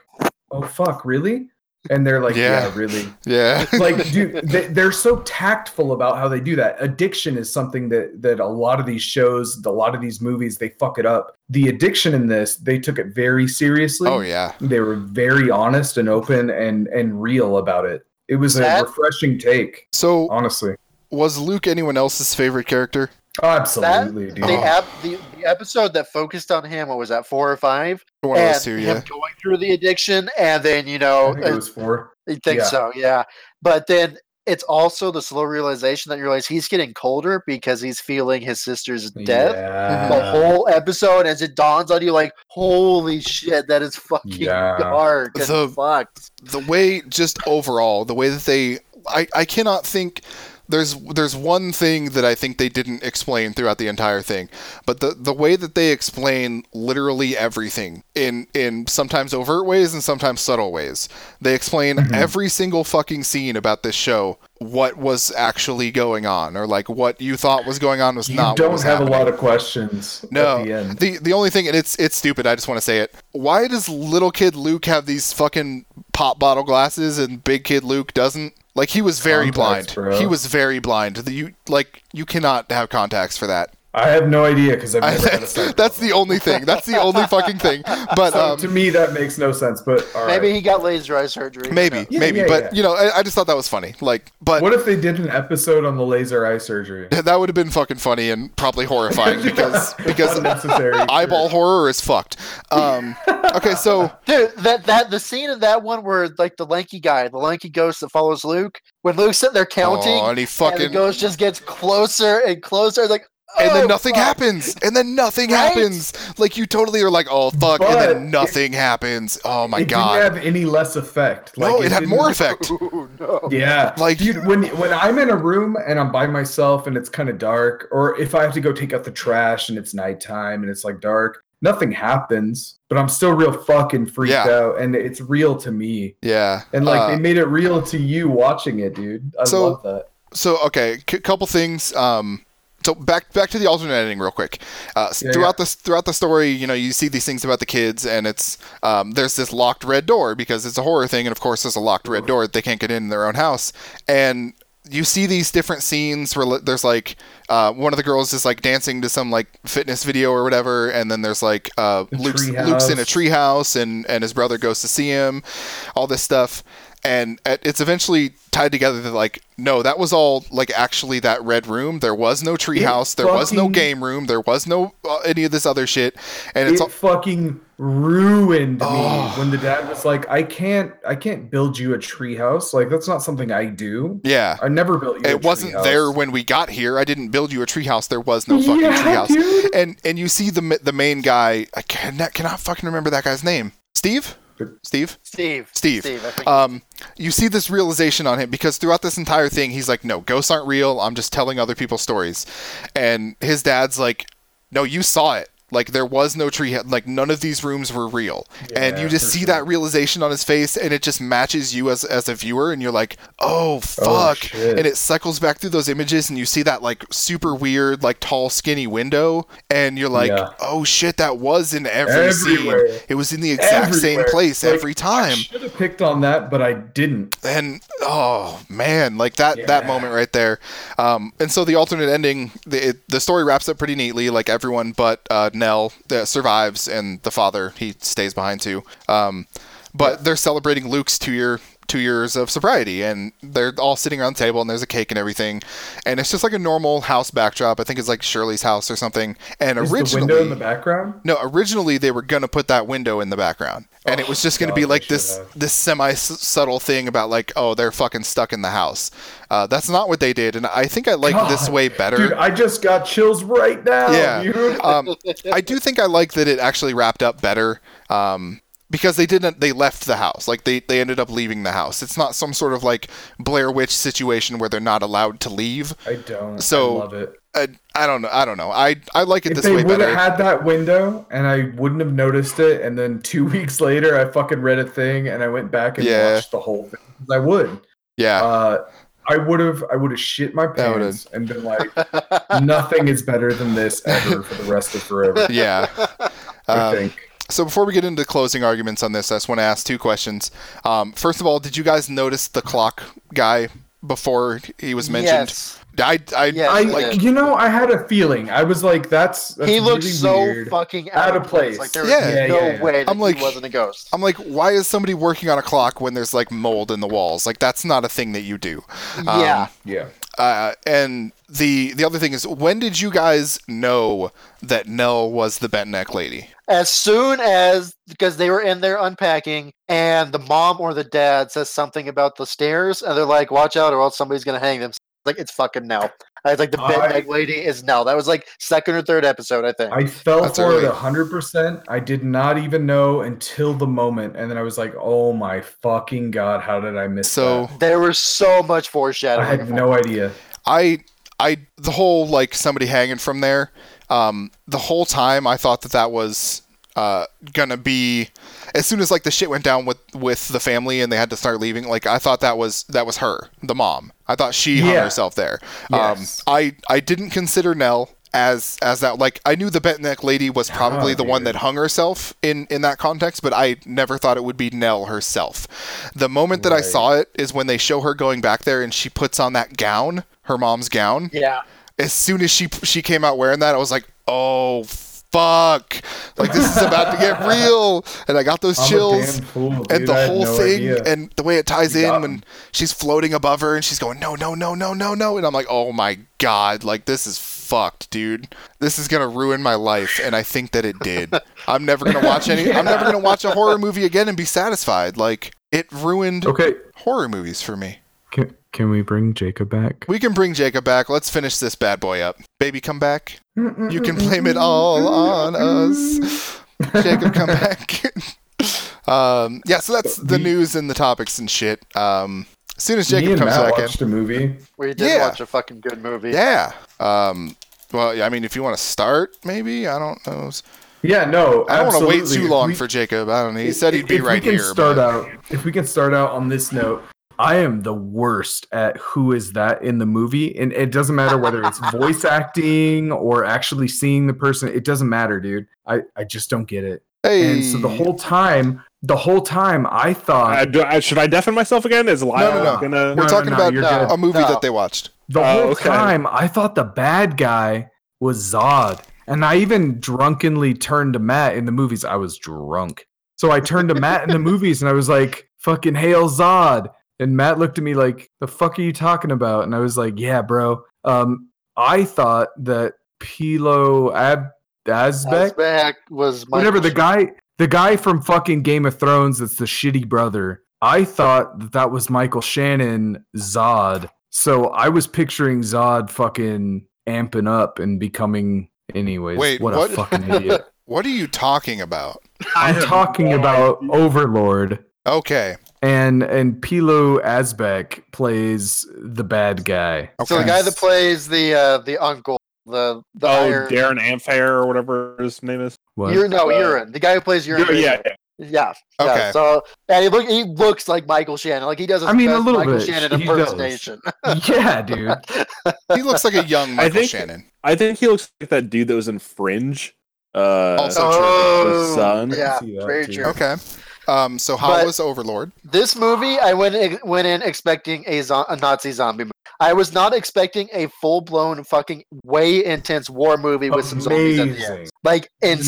"Oh fuck, really?" And they're like,
Yeah.
"Yeah, really."
Yeah.
Like, dude, they, they're so tactful about how they do that. Addiction is something that that a lot of these shows, a lot of these movies, they fuck it up. The addiction in this, they took it very seriously.
oh yeah.
They were very honest and open and and real about it. It was
That-
a refreshing take,
So
honestly.
was Luke anyone else's favorite character?
Absolutely, dude.
The,
Oh.
app, the, the episode that focused on him, what was that, four or five?
One of
and
those two.
him
Yeah.
going through the addiction, and then, you
Oh.
know,
I think it was four.
You think
Yeah.
so, yeah. But then it's also the slow realization that you realize he's getting colder because he's feeling his sister's death. The
Yeah.
whole episode, as it dawns on you, like, holy shit, that is fucking
Yeah.
dark and
The-
fucked.
The way just overall, the way that they, I, I cannot think. There's there's one thing that I think they didn't explain throughout the entire thing, but the the way that they explain literally everything in in sometimes overt ways and sometimes subtle ways. They explain
Mhm.
every single fucking scene about this show, what was actually going on, or like what you thought was going on was
You
not. what
don't
was
have
happening.
a lot of questions
No.
at the end.
The the only thing, and it's it's stupid. I just want to say it. Why does little kid Luke have these fucking pop bottle glasses and big kid Luke doesn't? Like he was very
Contacts,
blind.
bro.
He was very blind. The- You like you cannot have contacts for that.
I have no idea because I've never had a sight
that's the only thing. That's the only fucking thing. But
problem.
um,
So to me, that makes no sense. But all right.
Maybe he got laser eye surgery. who
maybe
knows?
Yeah,
maybe.
yeah,
but
yeah.
you know, I, I just thought that was funny. Like, but
what if they did an episode on the laser eye surgery?
that would have been fucking funny and probably horrifying because because Oh
unnecessary.
eyeball horror is fucked. Um, okay, so
Dude, that, that the scene in that one where like the lanky guy, the lanky ghost that follows Luke, when Luke's sitting there counting,
oh, and he
and
fucking
the ghost just gets closer and closer, like
and
"Oh,
then nothing
fuck."
happens and then nothing
Right?
happens like you totally are like oh fuck and
But
then
it-
nothing happens oh my
it
god
didn't have any less effect.
no it, had
didn't-
more effect
Ooh, no.
Yeah,
Like-
like dude, when when I'm in a room and I'm by myself and it's kind of dark, or if I have to go take out the trash and it's nighttime and it's like dark, nothing happens, but I'm still real fucking freaked
Yeah.
out, and it's real to me.
yeah
And like
Uh,
they made it real to you watching it, dude. I
so-
love that.
so okay c- couple things um so back back to the alternate ending real quick uh, s-
Yeah,
throughout the throughout the story you know you see these things about the kids and it's um, there's this locked red door because it's a horror thing and of course there's a locked red door that they can't get in their own house and you see these different scenes where li- there's like uh, one of the girls is like dancing to some like fitness video or whatever, and then there's like uh,
The
Luke's,
treehouse.
Luke's in a treehouse, and and his brother goes to see him, all this stuff, and it- it's eventually tied together that like no, that was all like actually that red room. There was no treehouse. There was no
fucking-
game room. There was no uh, any of this other shit, and it's
it
all,
fucking ruined
Oh.
me when the dad was like, "I can't, I can't build you a treehouse. Like that's not something I do.
yeah.
I never built you. a
It wasn't
treehouse."
there when we got here. I didn't build you a treehouse. There was no fucking
Yeah,
treehouse.
dude.
And and you see the ma- the main guy. I cannot cannot fucking remember that guy's name. Steve. Steve.
Steve.
Steve.
Steve. I think.
Um, you see this realization on him because throughout this entire thing, he's like, "No, ghosts aren't real. I'm just telling other people's stories," and his dad's like, "No, you saw it. Like there was no tree. Like none of these rooms were real." and
Yeah,
you just
for
see
sure.
that realization on his face, and it just matches you as as a viewer, and you're like, "Oh fuck!"
shit.
and it cycles back through those images, and you see that like super weird, like tall, skinny window, and you're like,
Yeah.
"Oh shit, that was in every
Everywhere.
scene. It was in the exact same
Everywhere.
place
Like,
every time."
I should have picked on that, but I didn't.
and oh man like that that
Yeah.
moment right there um and so the alternate ending the it, the story wraps up pretty neatly like everyone but uh nell uh, survives and the father he stays behind too um but they're celebrating luke's two year two years of sobriety and they're all sitting around the table and there's a cake and everything and it's just like a normal house backdrop i think it's like shirley's house or something and
Is the
originally
window in the background?
no, originally they were gonna put that window in the background, and it was just gonna be
Oh God, they
like
should
this
have.
this semi subtle thing about like, oh, they're fucking stuck in the house. Uh, that's not what they did, and I think I like this
God.
way better.
Dude, I just got chills right now.
Yeah.
dude.
um, I do think I like that it actually wrapped up better. Um, because they didn't, they left the house. Like they, they ended up leaving the house. It's not some sort of like Blair Witch situation where they're not allowed to leave.
I don't.
So,
I love it.
I, I don't know. I don't know. I I like it
If
this
they
way
would
better.
have had that window and I wouldn't have noticed it, and then two weeks later I fucking read a thing and I went back and
Yeah.
watched the whole thing. I would.
yeah.
Uh, I would have. I would have shit my
That would've-
pants and been like, nothing is better than this ever for the rest of forever.
yeah.
I
Um,
think.
So before we get into closing arguments on this, I just want to ask two questions. Um, first of all, did you guys notice the clock guy before he was mentioned?
Yes.
I, I,
Yes.
I,
like-
you know, I had a feeling. I was like, that's. that's
he looks
really
so
weird.
fucking out, of place. Like there
Yeah.
was
Yeah,
no
yeah, yeah.
way that
I'm like-
he wasn't a ghost.
I'm like, why is somebody working on a clock when there's like mold in the walls? Like that's not a thing that you do. Um,
yeah.
Yeah.
Uh, and the the other thing is, when did you guys know that Nell was the bent neck lady?
As soon as because they were in there unpacking, and the mom or the dad says something about the stairs, and they're like, "Watch out, or else somebody's gonna hang them." Like it's fucking now. I was like, the bent
I-
neck lady is now. That was like second or third episode, I think.
I fell
That's
for
early.
it it hundred percent. I did not even know until the moment, and then I was like, "Oh my fucking god, how did I miss
So
there was so much
that?" I
foreshadowing.
had no idea.
I I the whole like somebody hanging from there. Um, the whole time I thought that that was uh gonna be as soon as like the shit went down with with the family and they had to start leaving. Like I thought that was that was her, the mom. I thought she hung
Yeah.
herself there.
Yes.
Um, I I didnent consider Nell as as that like I knew the bent neck lady was probably
Ah,
the one
dude.
that hung herself in in that context, but I never thought it would be Nell herself. The moment that I
Right.
saw it is when they show her going back there and she puts on that gown, her mom's gown.
Yeah.
As soon as she she came out wearing that, I was like, "Oh fuck. Like this is about to get real." And I got those
I'm a
chills
damn fool,
and
dude. I
the
had
whole
no
thing
idea.
and the way it ties
You
in
got
when
me.
she's floating above her and she's going no no no no no no and i'm like oh my god like this is fucked dude this is gonna ruin my life and i think that it did i'm never gonna watch any i'm never gonna watch a horror movie again and be satisfied like it ruined
Okay,
horror movies for me
can, can we bring Jacob back?
we can bring jacob back let's finish this bad boy up baby come back you can blame it all on us jacob come back um yeah so that's the
We-
news and the topics and shit um as soon as
Me
jacob
and
comes
Matt
back in
watched a movie.
We did
Yeah.
watch a fucking good movie.
Yeah. Um. Well, yeah, I mean, if you want to start, maybe I don't know.
Yeah, no,
I don't want to wait too
absolutely.
long
We-
for Jacob. I don't know. He said he'd be
if
right
we can
here.
Start
but-
out if we can start out on this note. I am the worst at who is that in the movie, and it doesn't matter whether it's voice acting or actually seeing the person. It doesn't matter, dude. I I just don't get it.
Hey.
And so the whole time, the whole time I thought
I, Uh, do, I, should I deafen myself again? Is
no,
Lyle
no.
gonna?
We're
No,
talking
no,
about
you're
uh,
good.
a movie
No.
that they watched.
The
Oh,
whole
okay.
time, I thought the bad guy was Zod, and I even drunkenly turned to Matt in the movies. I was drunk, so I turned to Matt in the movies, and I was like, "Fucking hail Zod!" And Matt looked at me like, "The fuck are you talking about?" And I was like, "Yeah, bro. Um, I thought that Pilo Ab- Azbek,
Azbek was my
whatever the guy, the guy from fucking Game of Thrones, that's the shitty brother. I thought that that was Michael Shannon Zod. So I was picturing Zod fucking amping up and becoming. Anyways,
Wait,
what,
what?
a fucking idiot!
What are you talking about?
I'm talking about Overlord,
Okay.
and and Pilo Azbek plays the bad guy.
Okay.
So the guy that plays the uh, the uncle, the the
Oh,
iron-
Darren Amphair or whatever his name is.
What?
Ur- no,
Uh,
urine. The guy who plays urine.
yeah, yeah.
yeah, yeah.
okay.
So and he look, he looks like Michael Shannon. Like he does. His
I mean, a
best
little
Michael
bit.
Shannon
He does.
impersonation.
yeah, dude.
he looks like a young Michael
think-
Shannon.
I think he looks like that dude that was in Fringe. Uh,
Also- Oh.
the son.
yeah.
See that,
very
too.
true.
Okay. Um, so how
But-
was Overlord?
This movie, I went in, went in expecting a, zo- a Nazi zombie movie. I was not expecting a full blown fucking way intense war movie with some zombies at the end.
Amazing.
Like
Amazing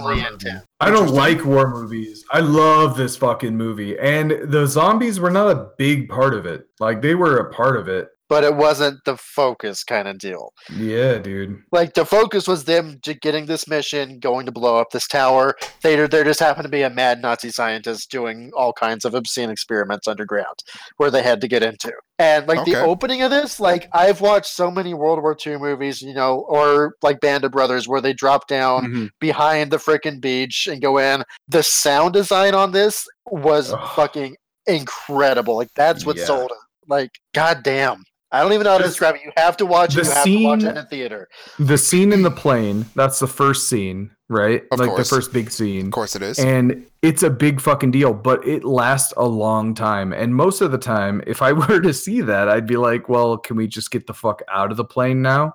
war
insanely
movie.
intense.
I don't
Interesting.
like war movies. I love this fucking movie. And the zombies were not a big part of it. Like they were a part of it.
But it wasn't the focus kind of deal.
Yeah, dude.
Like the focus was them j- getting this mission, going to blow up this tower. They there just happened to be a mad Nazi scientist doing all kinds of obscene experiments underground, where they had to get into. And like the
Okay.
opening of this, like I've watched so many World War II movies, you know, or like Band of Brothers, where they drop down behind the frickin' beach and go in. The sound design on this was
Ugh.
fucking incredible. Like that's what
Yeah.
sold it. Like goddamn. I don't even know how to
This-
describe it. You have to watch it.
the
You have to watch
scene-
it in a theater.
The scene in the plane. That's the first scene, right?
Of
like
course.
the first big scene.
Of course it is.
and it's a big fucking deal but it lasts a long time and most of the time if i were to see that i'd be like well can we just get the fuck out of the plane now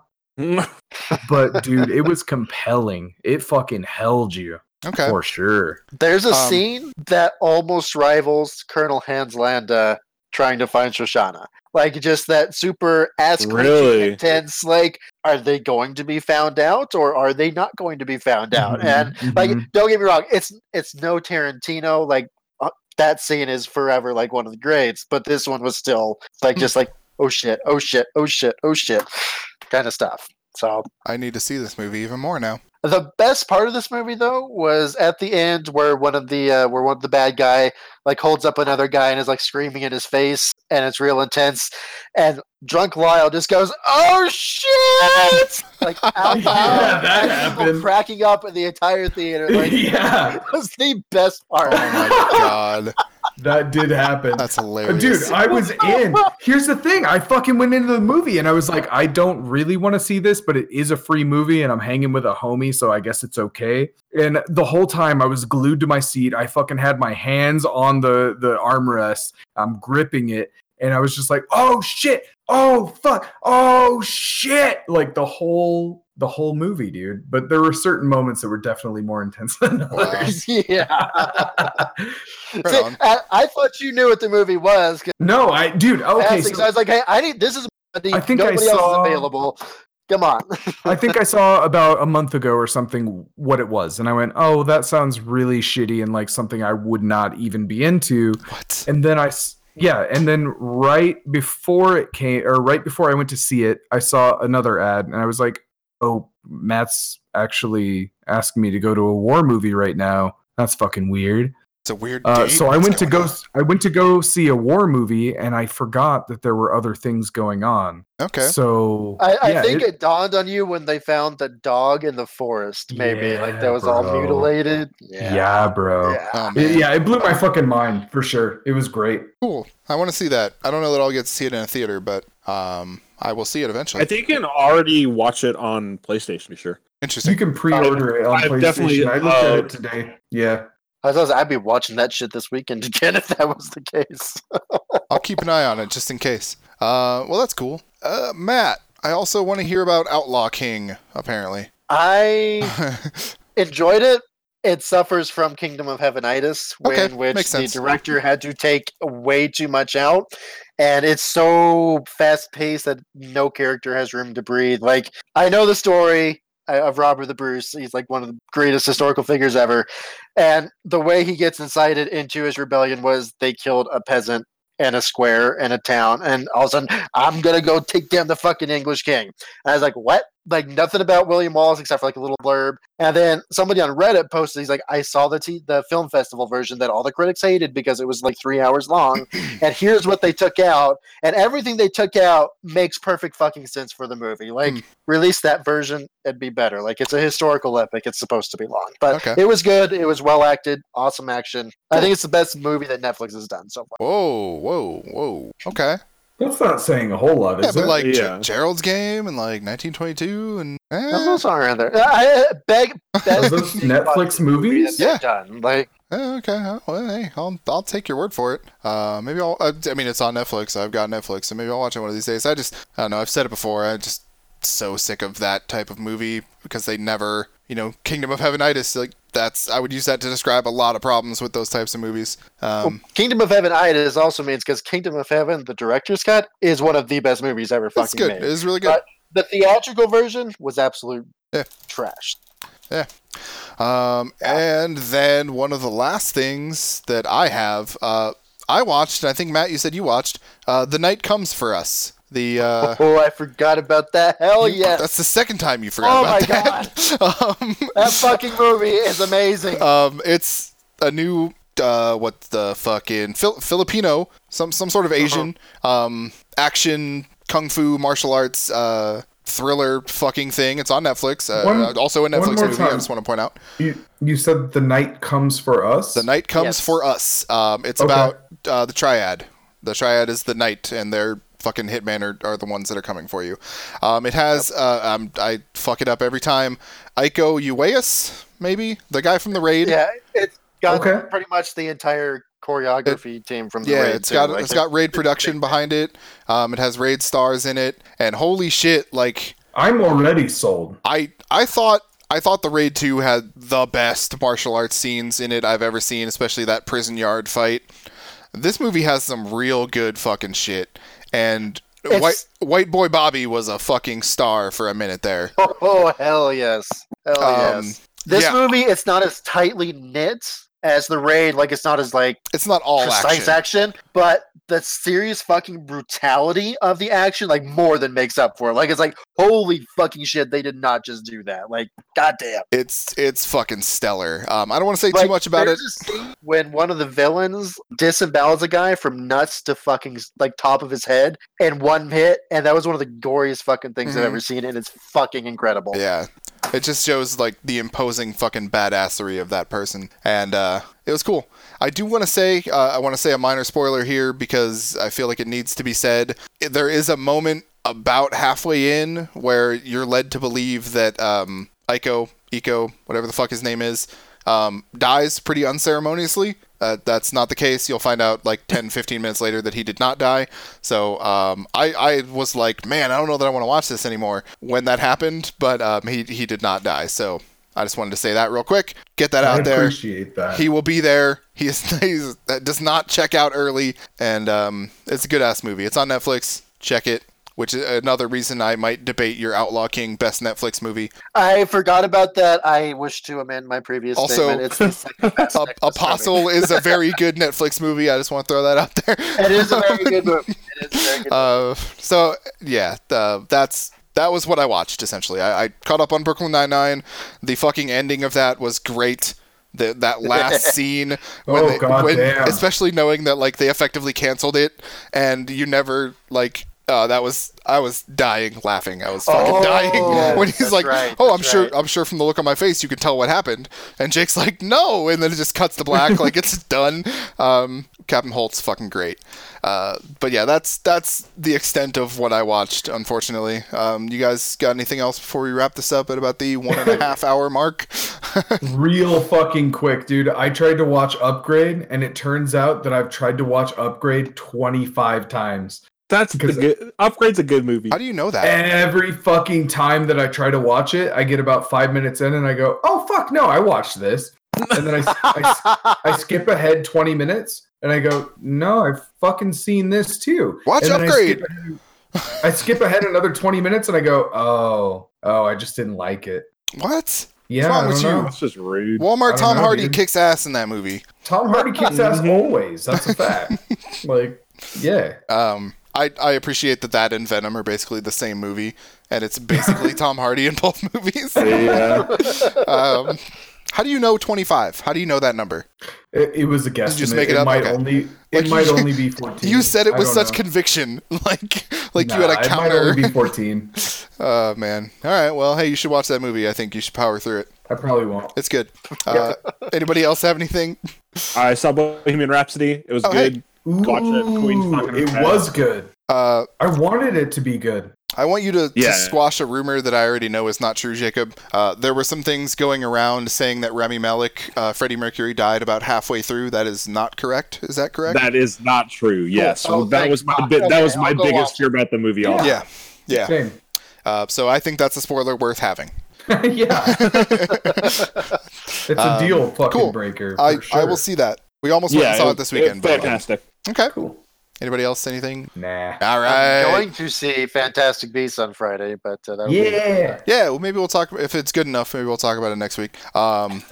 but dude it was compelling it fucking held you
Okay.
for sure
There's a
Um,
scene that almost rivals Colonel Hans Landa trying to find Shoshana. Like just that super ass
Really?
intense. Like, are they going to be found out or are they not going to be found out? And like,
Mhm.
don't get me wrong, it's it's no Tarantino. Like uh, that scene is forever like one of the greats, but this one was still like just like oh shit, oh shit, oh shit, oh shit, kind of stuff. So
I need to see this movie even more now.
the best part of this movie, though, was at the end where one of the uh, where one of the bad guy like holds up another guy and is like screaming in his face, and it's real intense. And drunk Lyle just goes, "Oh shit!" Like out
Yeah,
loud,
that
and people
happened.
cracking up in the entire theater. Like,
yeah.
that was the best part.
Oh my god,
That did happen.
that's hilarious.
Dude, I was in. Here's the thing. I fucking went into the movie and I was like, I don't really want to see this, but it is a free movie and I'm hanging with a homie, so I guess it's okay. And the whole time I was glued to my seat. I fucking had my hands on the the armrest. I'm gripping it and I was just like, "Oh shit. Oh fuck. Oh shit." Like the whole the whole movie, dude. But there were certain moments that were definitely more intense than
Wow.
others.
yeah.
Right
See,
on.
I, I thought you knew what the movie was. 'cause
no, I dude, okay.
that's-
so-
I was like, hey, I need this is. I, need,
I think I
nobody
saw-
else is available. Come on.
I think I saw about a month ago or something what it was, and I went, "Oh, that sounds really shitty and like something I would not even be into."
what?
And then I, s- yeah, and then right before it came, or right before I went to see it, I saw another ad, and I was like, "Oh, Matt's actually asking me to go to a war movie right now. That's fucking weird."
It's a weird.
Uh,
date
so I
that's
went to go.
going
I went to go see a war movie, and I forgot that there were other things going on.
on. Okay.
So
I, I
yeah,
think it, dawned on you when they found the dog in the forest. Maybe like
Yeah,
that was all
bro.
mutilated.
Yeah,
Yeah.
bro.
Oh
Yeah,
man,
yeah, it blew my fucking mind for sure. It was great.
cool. I want to see that. I don't know that I'll get to see it in a theater, but um, I will see it eventually.
I think you can already watch it on PlayStation. Be sure.
Interesting.
You can pre-order it on
I've
PlayStation.
definitely,
I looked
uh,
at it today. Yeah.
I was, I'd be watching that shit this weekend again if that was the case.
I'll keep an eye on it just in case. Uh, well, that's cool. Uh, Matt, I also want to hear about Outlaw King. Apparently,
I enjoyed it. it suffers from Kingdom of Heavenitis, where,
Okay,
in which
makes
the
sense.
director had to take way too much out, and it's so fast paced that no character has room to breathe. Like I know the story uh, of Robert the Bruce; he's like one of the greatest historical figures ever, and the way he gets incited into his rebellion was they killed a peasant. And a square and a town, and all of a sudden, I'm gonna go take down the fucking English king. And I was like, what? Like nothing about William Wallace except for like a little blurb. And then somebody on Reddit posted, he's like, I saw the t- the film festival version that all the critics hated because it was like three hours long. and here's what they took out, and everything they took out makes perfect fucking sense for the movie. Like,
Hmm.
release that version, it'd be better. Like, it's a historical epic. It's supposed to be long, but
Okay.
it was good. It was well acted. Awesome action. I think it's the best movie that Netflix has done so far.
Whoa, whoa, whoa. Okay.
That's not saying a whole lot,
Yeah,
is
but
it?
like Ge-
Yeah.
Gerald's game and like 1922 and
That's
eh,
also around there. I I beg.
Are those Netflix movies?
Yeah.
Yeah, done. Like,
eh, okay. huh, Well, hey, I'll I'll take your word for it. Uh, maybe I'll. I, I mean, it's on Netflix. I've got Netflix, so maybe I'll watch it one of these days. I just I don't know. I've said it before. I just so sick of that type of movie because they never, you know, Kingdom of Heavenitis. Like that's I would use that to describe a lot of problems with those types of movies. Um,
Kingdom of Heaven itis also means because Kingdom of Heaven, the director's cut, is one of the best movies ever
it's
fucking
good.
made.
It's really good.
But- The theatrical version was absolute
Yeah.
trash.
Um, and then one of the last things that I have, uh, I watched, and I think Matt, you said you watched, uh, The Night Comes for Us. The uh,
oh, I forgot about that. Hell
you-
Oh, yeah.
that's the second time you forgot
Oh
about
my
that. um,
That fucking movie is amazing.
um, it's a new uh, what the fucking Fil- Filipino, some some sort of
Uh-huh.
Asian um, action kung fu martial arts uh, thriller fucking thing. It's on Netflix. Uh,
One-
also a
one
Netflix
more
movie. I
time.
just want to point out.
You, you said the night comes for us.
The Night Comes
Yes.
for Us. Um, it's
Okay.
about uh, the Triad. The Triad is the Knight, and their fucking hitman are, are the ones that are coming for you. Um, it has, uh, um, I fuck it up every time, Iko Ueus, maybe? The guy from The Raid.
yeah, it's got
Okay.
pretty much the entire choreography team from the
Yeah,
Raid
it's
too,
got
like,
it's got Raid production behind it. Um, it has Raid stars in it, and holy shit, like
I'm already sold.
I I thought I thought the Raid 2 had the best martial arts scenes in it I've ever seen, especially that prison yard fight. This movie has some real good fucking shit. And
It's-
White White Boy Bobby was a fucking star for a minute there.
Oh, oh, hell yes. Hell
Um,
yes. This
yeah.
movie, it's not as tightly knit as the raid. Like, it's not as like
It's not all
precise
action.
action. but the serious fucking brutality of the action, like more than makes up for it. Like it's like holy fucking shit, they did not just do that. Like goddamn.
It's it's fucking stellar. Um, I don't want to say
Like,
too much about it.
there's a scene when one of the villains disembowels a guy from nuts to fucking like top of his head in one hit, and that was one of the goriest fucking things
Mhm.
I've ever seen, and it's fucking incredible.
Yeah. It just shows like the imposing fucking badassery of that person, and uh, it was cool. I do want to say uh, I want to say a minor spoiler here because I feel like it needs to be said. There is a moment about halfway in where you're led to believe that um, Ico, Ico, whatever the fuck his name is, um, dies pretty unceremoniously. Uh, that's not the case. You'll find out like 10, 15 minutes later that he did not die. So um, I, I was like, man, I don't know that I want to watch this anymore when that happened, but um, he, he did not die. So I just wanted to say that real quick. Get that
I
out there.
appreciate that.
He will be there. He is, he's, that does not check out early, and um, it's a good ass movie. It's on Netflix. Check it. Which is another reason I might debate your Outlaw King best Netflix movie.
I forgot about that. I wish to amend my previous
Also-
statement. It's the second best Netflix
A-
movie.
Apostle is a very good Netflix movie. I just want to throw that out there.
It is a very good movie. It is a very good
Uh, so yeah, uh, that's that was what I watched essentially. I, I caught up on Brooklyn Nine Nine. The fucking ending of that was great. The, that last scene when,
Oh,
they,
God
when
damn.
especially knowing that like they effectively canceled it and you never like uh, that was I was dying laughing. I was fucking
Oh,
dying
yes,
when he's
that's
like,
right,
"Oh, I'm
that's
sure
right.
I'm sure from the look on my face you can tell what happened." And Jake's like, "No," and then it just cuts to black, like it's done. Um, Captain Holt's fucking great. Uh, but yeah, that's that's the extent of what I watched. Unfortunately, um, you guys got anything else before we wrap this up at about the one and a half hour mark?
Real fucking quick, dude. I tried to watch Upgrade, and it turns out that I've tried to watch Upgrade 25 times.
That's the
Because-
good. Upgrade's a good movie.
How do you know that?
Every fucking time that I try to watch it, I get about five minutes in and I go, oh, fuck, no, I watched this. and then I, I, I skip ahead 20 minutes and I go, no, I've fucking seen this too.
Watch
And then I
Upgrade.
skip ahead- I skip, ahead another 20 minutes and I go, oh, oh, I just didn't like it.
What?
Yeah,
wrong
I
with
don't
you?
know.
That's just rude.
Walmart
don't
Tom
know,
Hardy
dude.
kicks ass in that movie.
Tom Hardy kicks ass
Mhm.
always. That's a fact. like, yeah.
Um, I, I appreciate that that and Venom are basically the same movie, and it's basically Tom Hardy in both movies.
Yeah.
Um, how do you know 25? How do you know that number?
It, it was a guess.
just make it up?
might
Okay.
only it
Like,
might
you-
only be fourteen.
You said it
I
with
don't
such
know.
conviction, like like you had
Nah, It
a
might
counter.
only be fourteen.
Oh man! All right. Well, hey, you should watch that movie. I think you should power through it.
I probably won't.
It's good. Uh, anybody else have anything?
I saw Bohemian Rhapsody. It was
Oh, hey.
good. Watch it, Queen's fucking
it
badass.
was good.
Uh,
I wanted it to be good.
I want you to,
Yeah.
to squash a rumor that I already know is not true, Jacob. Uh, there were some things going around saying that Remy Malik, uh, Freddie Mercury, died about halfway through. That is not correct. Is that correct?
That is not true. Yes,
Oh,
that
thank
was my
God.
bit. That
Okay,
was my
I'll go
biggest
watch
fear about the movie. all
yeah. Yeah.
Same.
Uh, so I think that's a spoiler worth having.
yeah. it's a
Um,
deal fucking
cool.
breaker. For
I,
sure.
I will see that. We almost went and saw it this weekend. by the way.
fantastic.
Okay.
Cool.
Anybody else? Anything?
Nah.
All right.
I'm going to see Fantastic Beasts on Friday, but uh, that'll be
Yeah.
Yeah, well, maybe we'll talk if it's good enough. Maybe we'll talk about it next week. Um,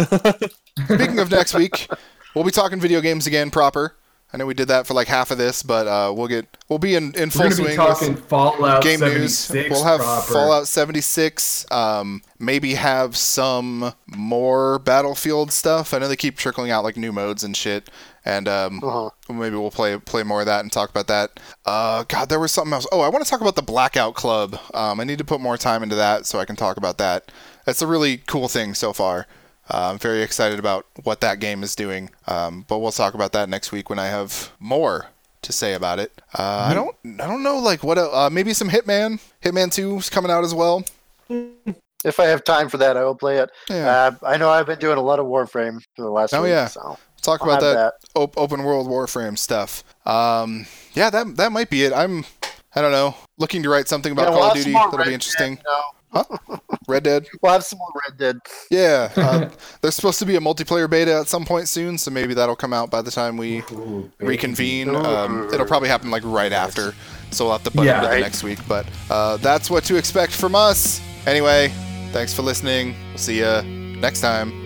speaking of next week, we'll be talking video games again proper. I know we did that for like half of this, but uh, we'll get we'll be in in
We're
full
gonna be
swing.
talking
with
Fallout
game news.
76
We'll have
proper.
Fallout 76. Um, maybe have some more Battlefield stuff. I know they keep trickling out like new modes and shit. And um,
Uh-huh.
maybe we'll play play more of that and talk about that. Uh, God, there was something else. Oh, I want to talk about the Blackout Club. Um, I need to put more time into that so I can talk about that. That's a really cool thing so far. Uh, I'm very excited about what that game is doing. Um, but we'll talk about that next week when I have more to say about it. Uh, I don't I don't know like what el- uh, maybe some Hitman. Hitman 2 is coming out as well.
If I have time for that, I will play it.
Yeah.
Uh, I know I've been doing a lot of Warframe for the last
Oh,
week,
yeah.
so
talk
I'll
about
have
that. op- open world Warframe stuff. Um, yeah, that that might be it. I'm I don't know looking to write something about
Yeah,
Call
we'll
of
have some
Duty.
more
That'll
Red
be interesting.
Dead, you know.
Red Dead.
We'll have some more Red Dead.
Yeah, uh, there's supposed to be a multiplayer beta at some point soon, so maybe that'll come out by the time we
Ooh, baby.
reconvene. Um, it'll probably happen like right after, so we'll have to put
Yeah,
it to the
right.
next week. But uh, that's what to expect from us. Anyway, thanks for listening. We'll see you next time.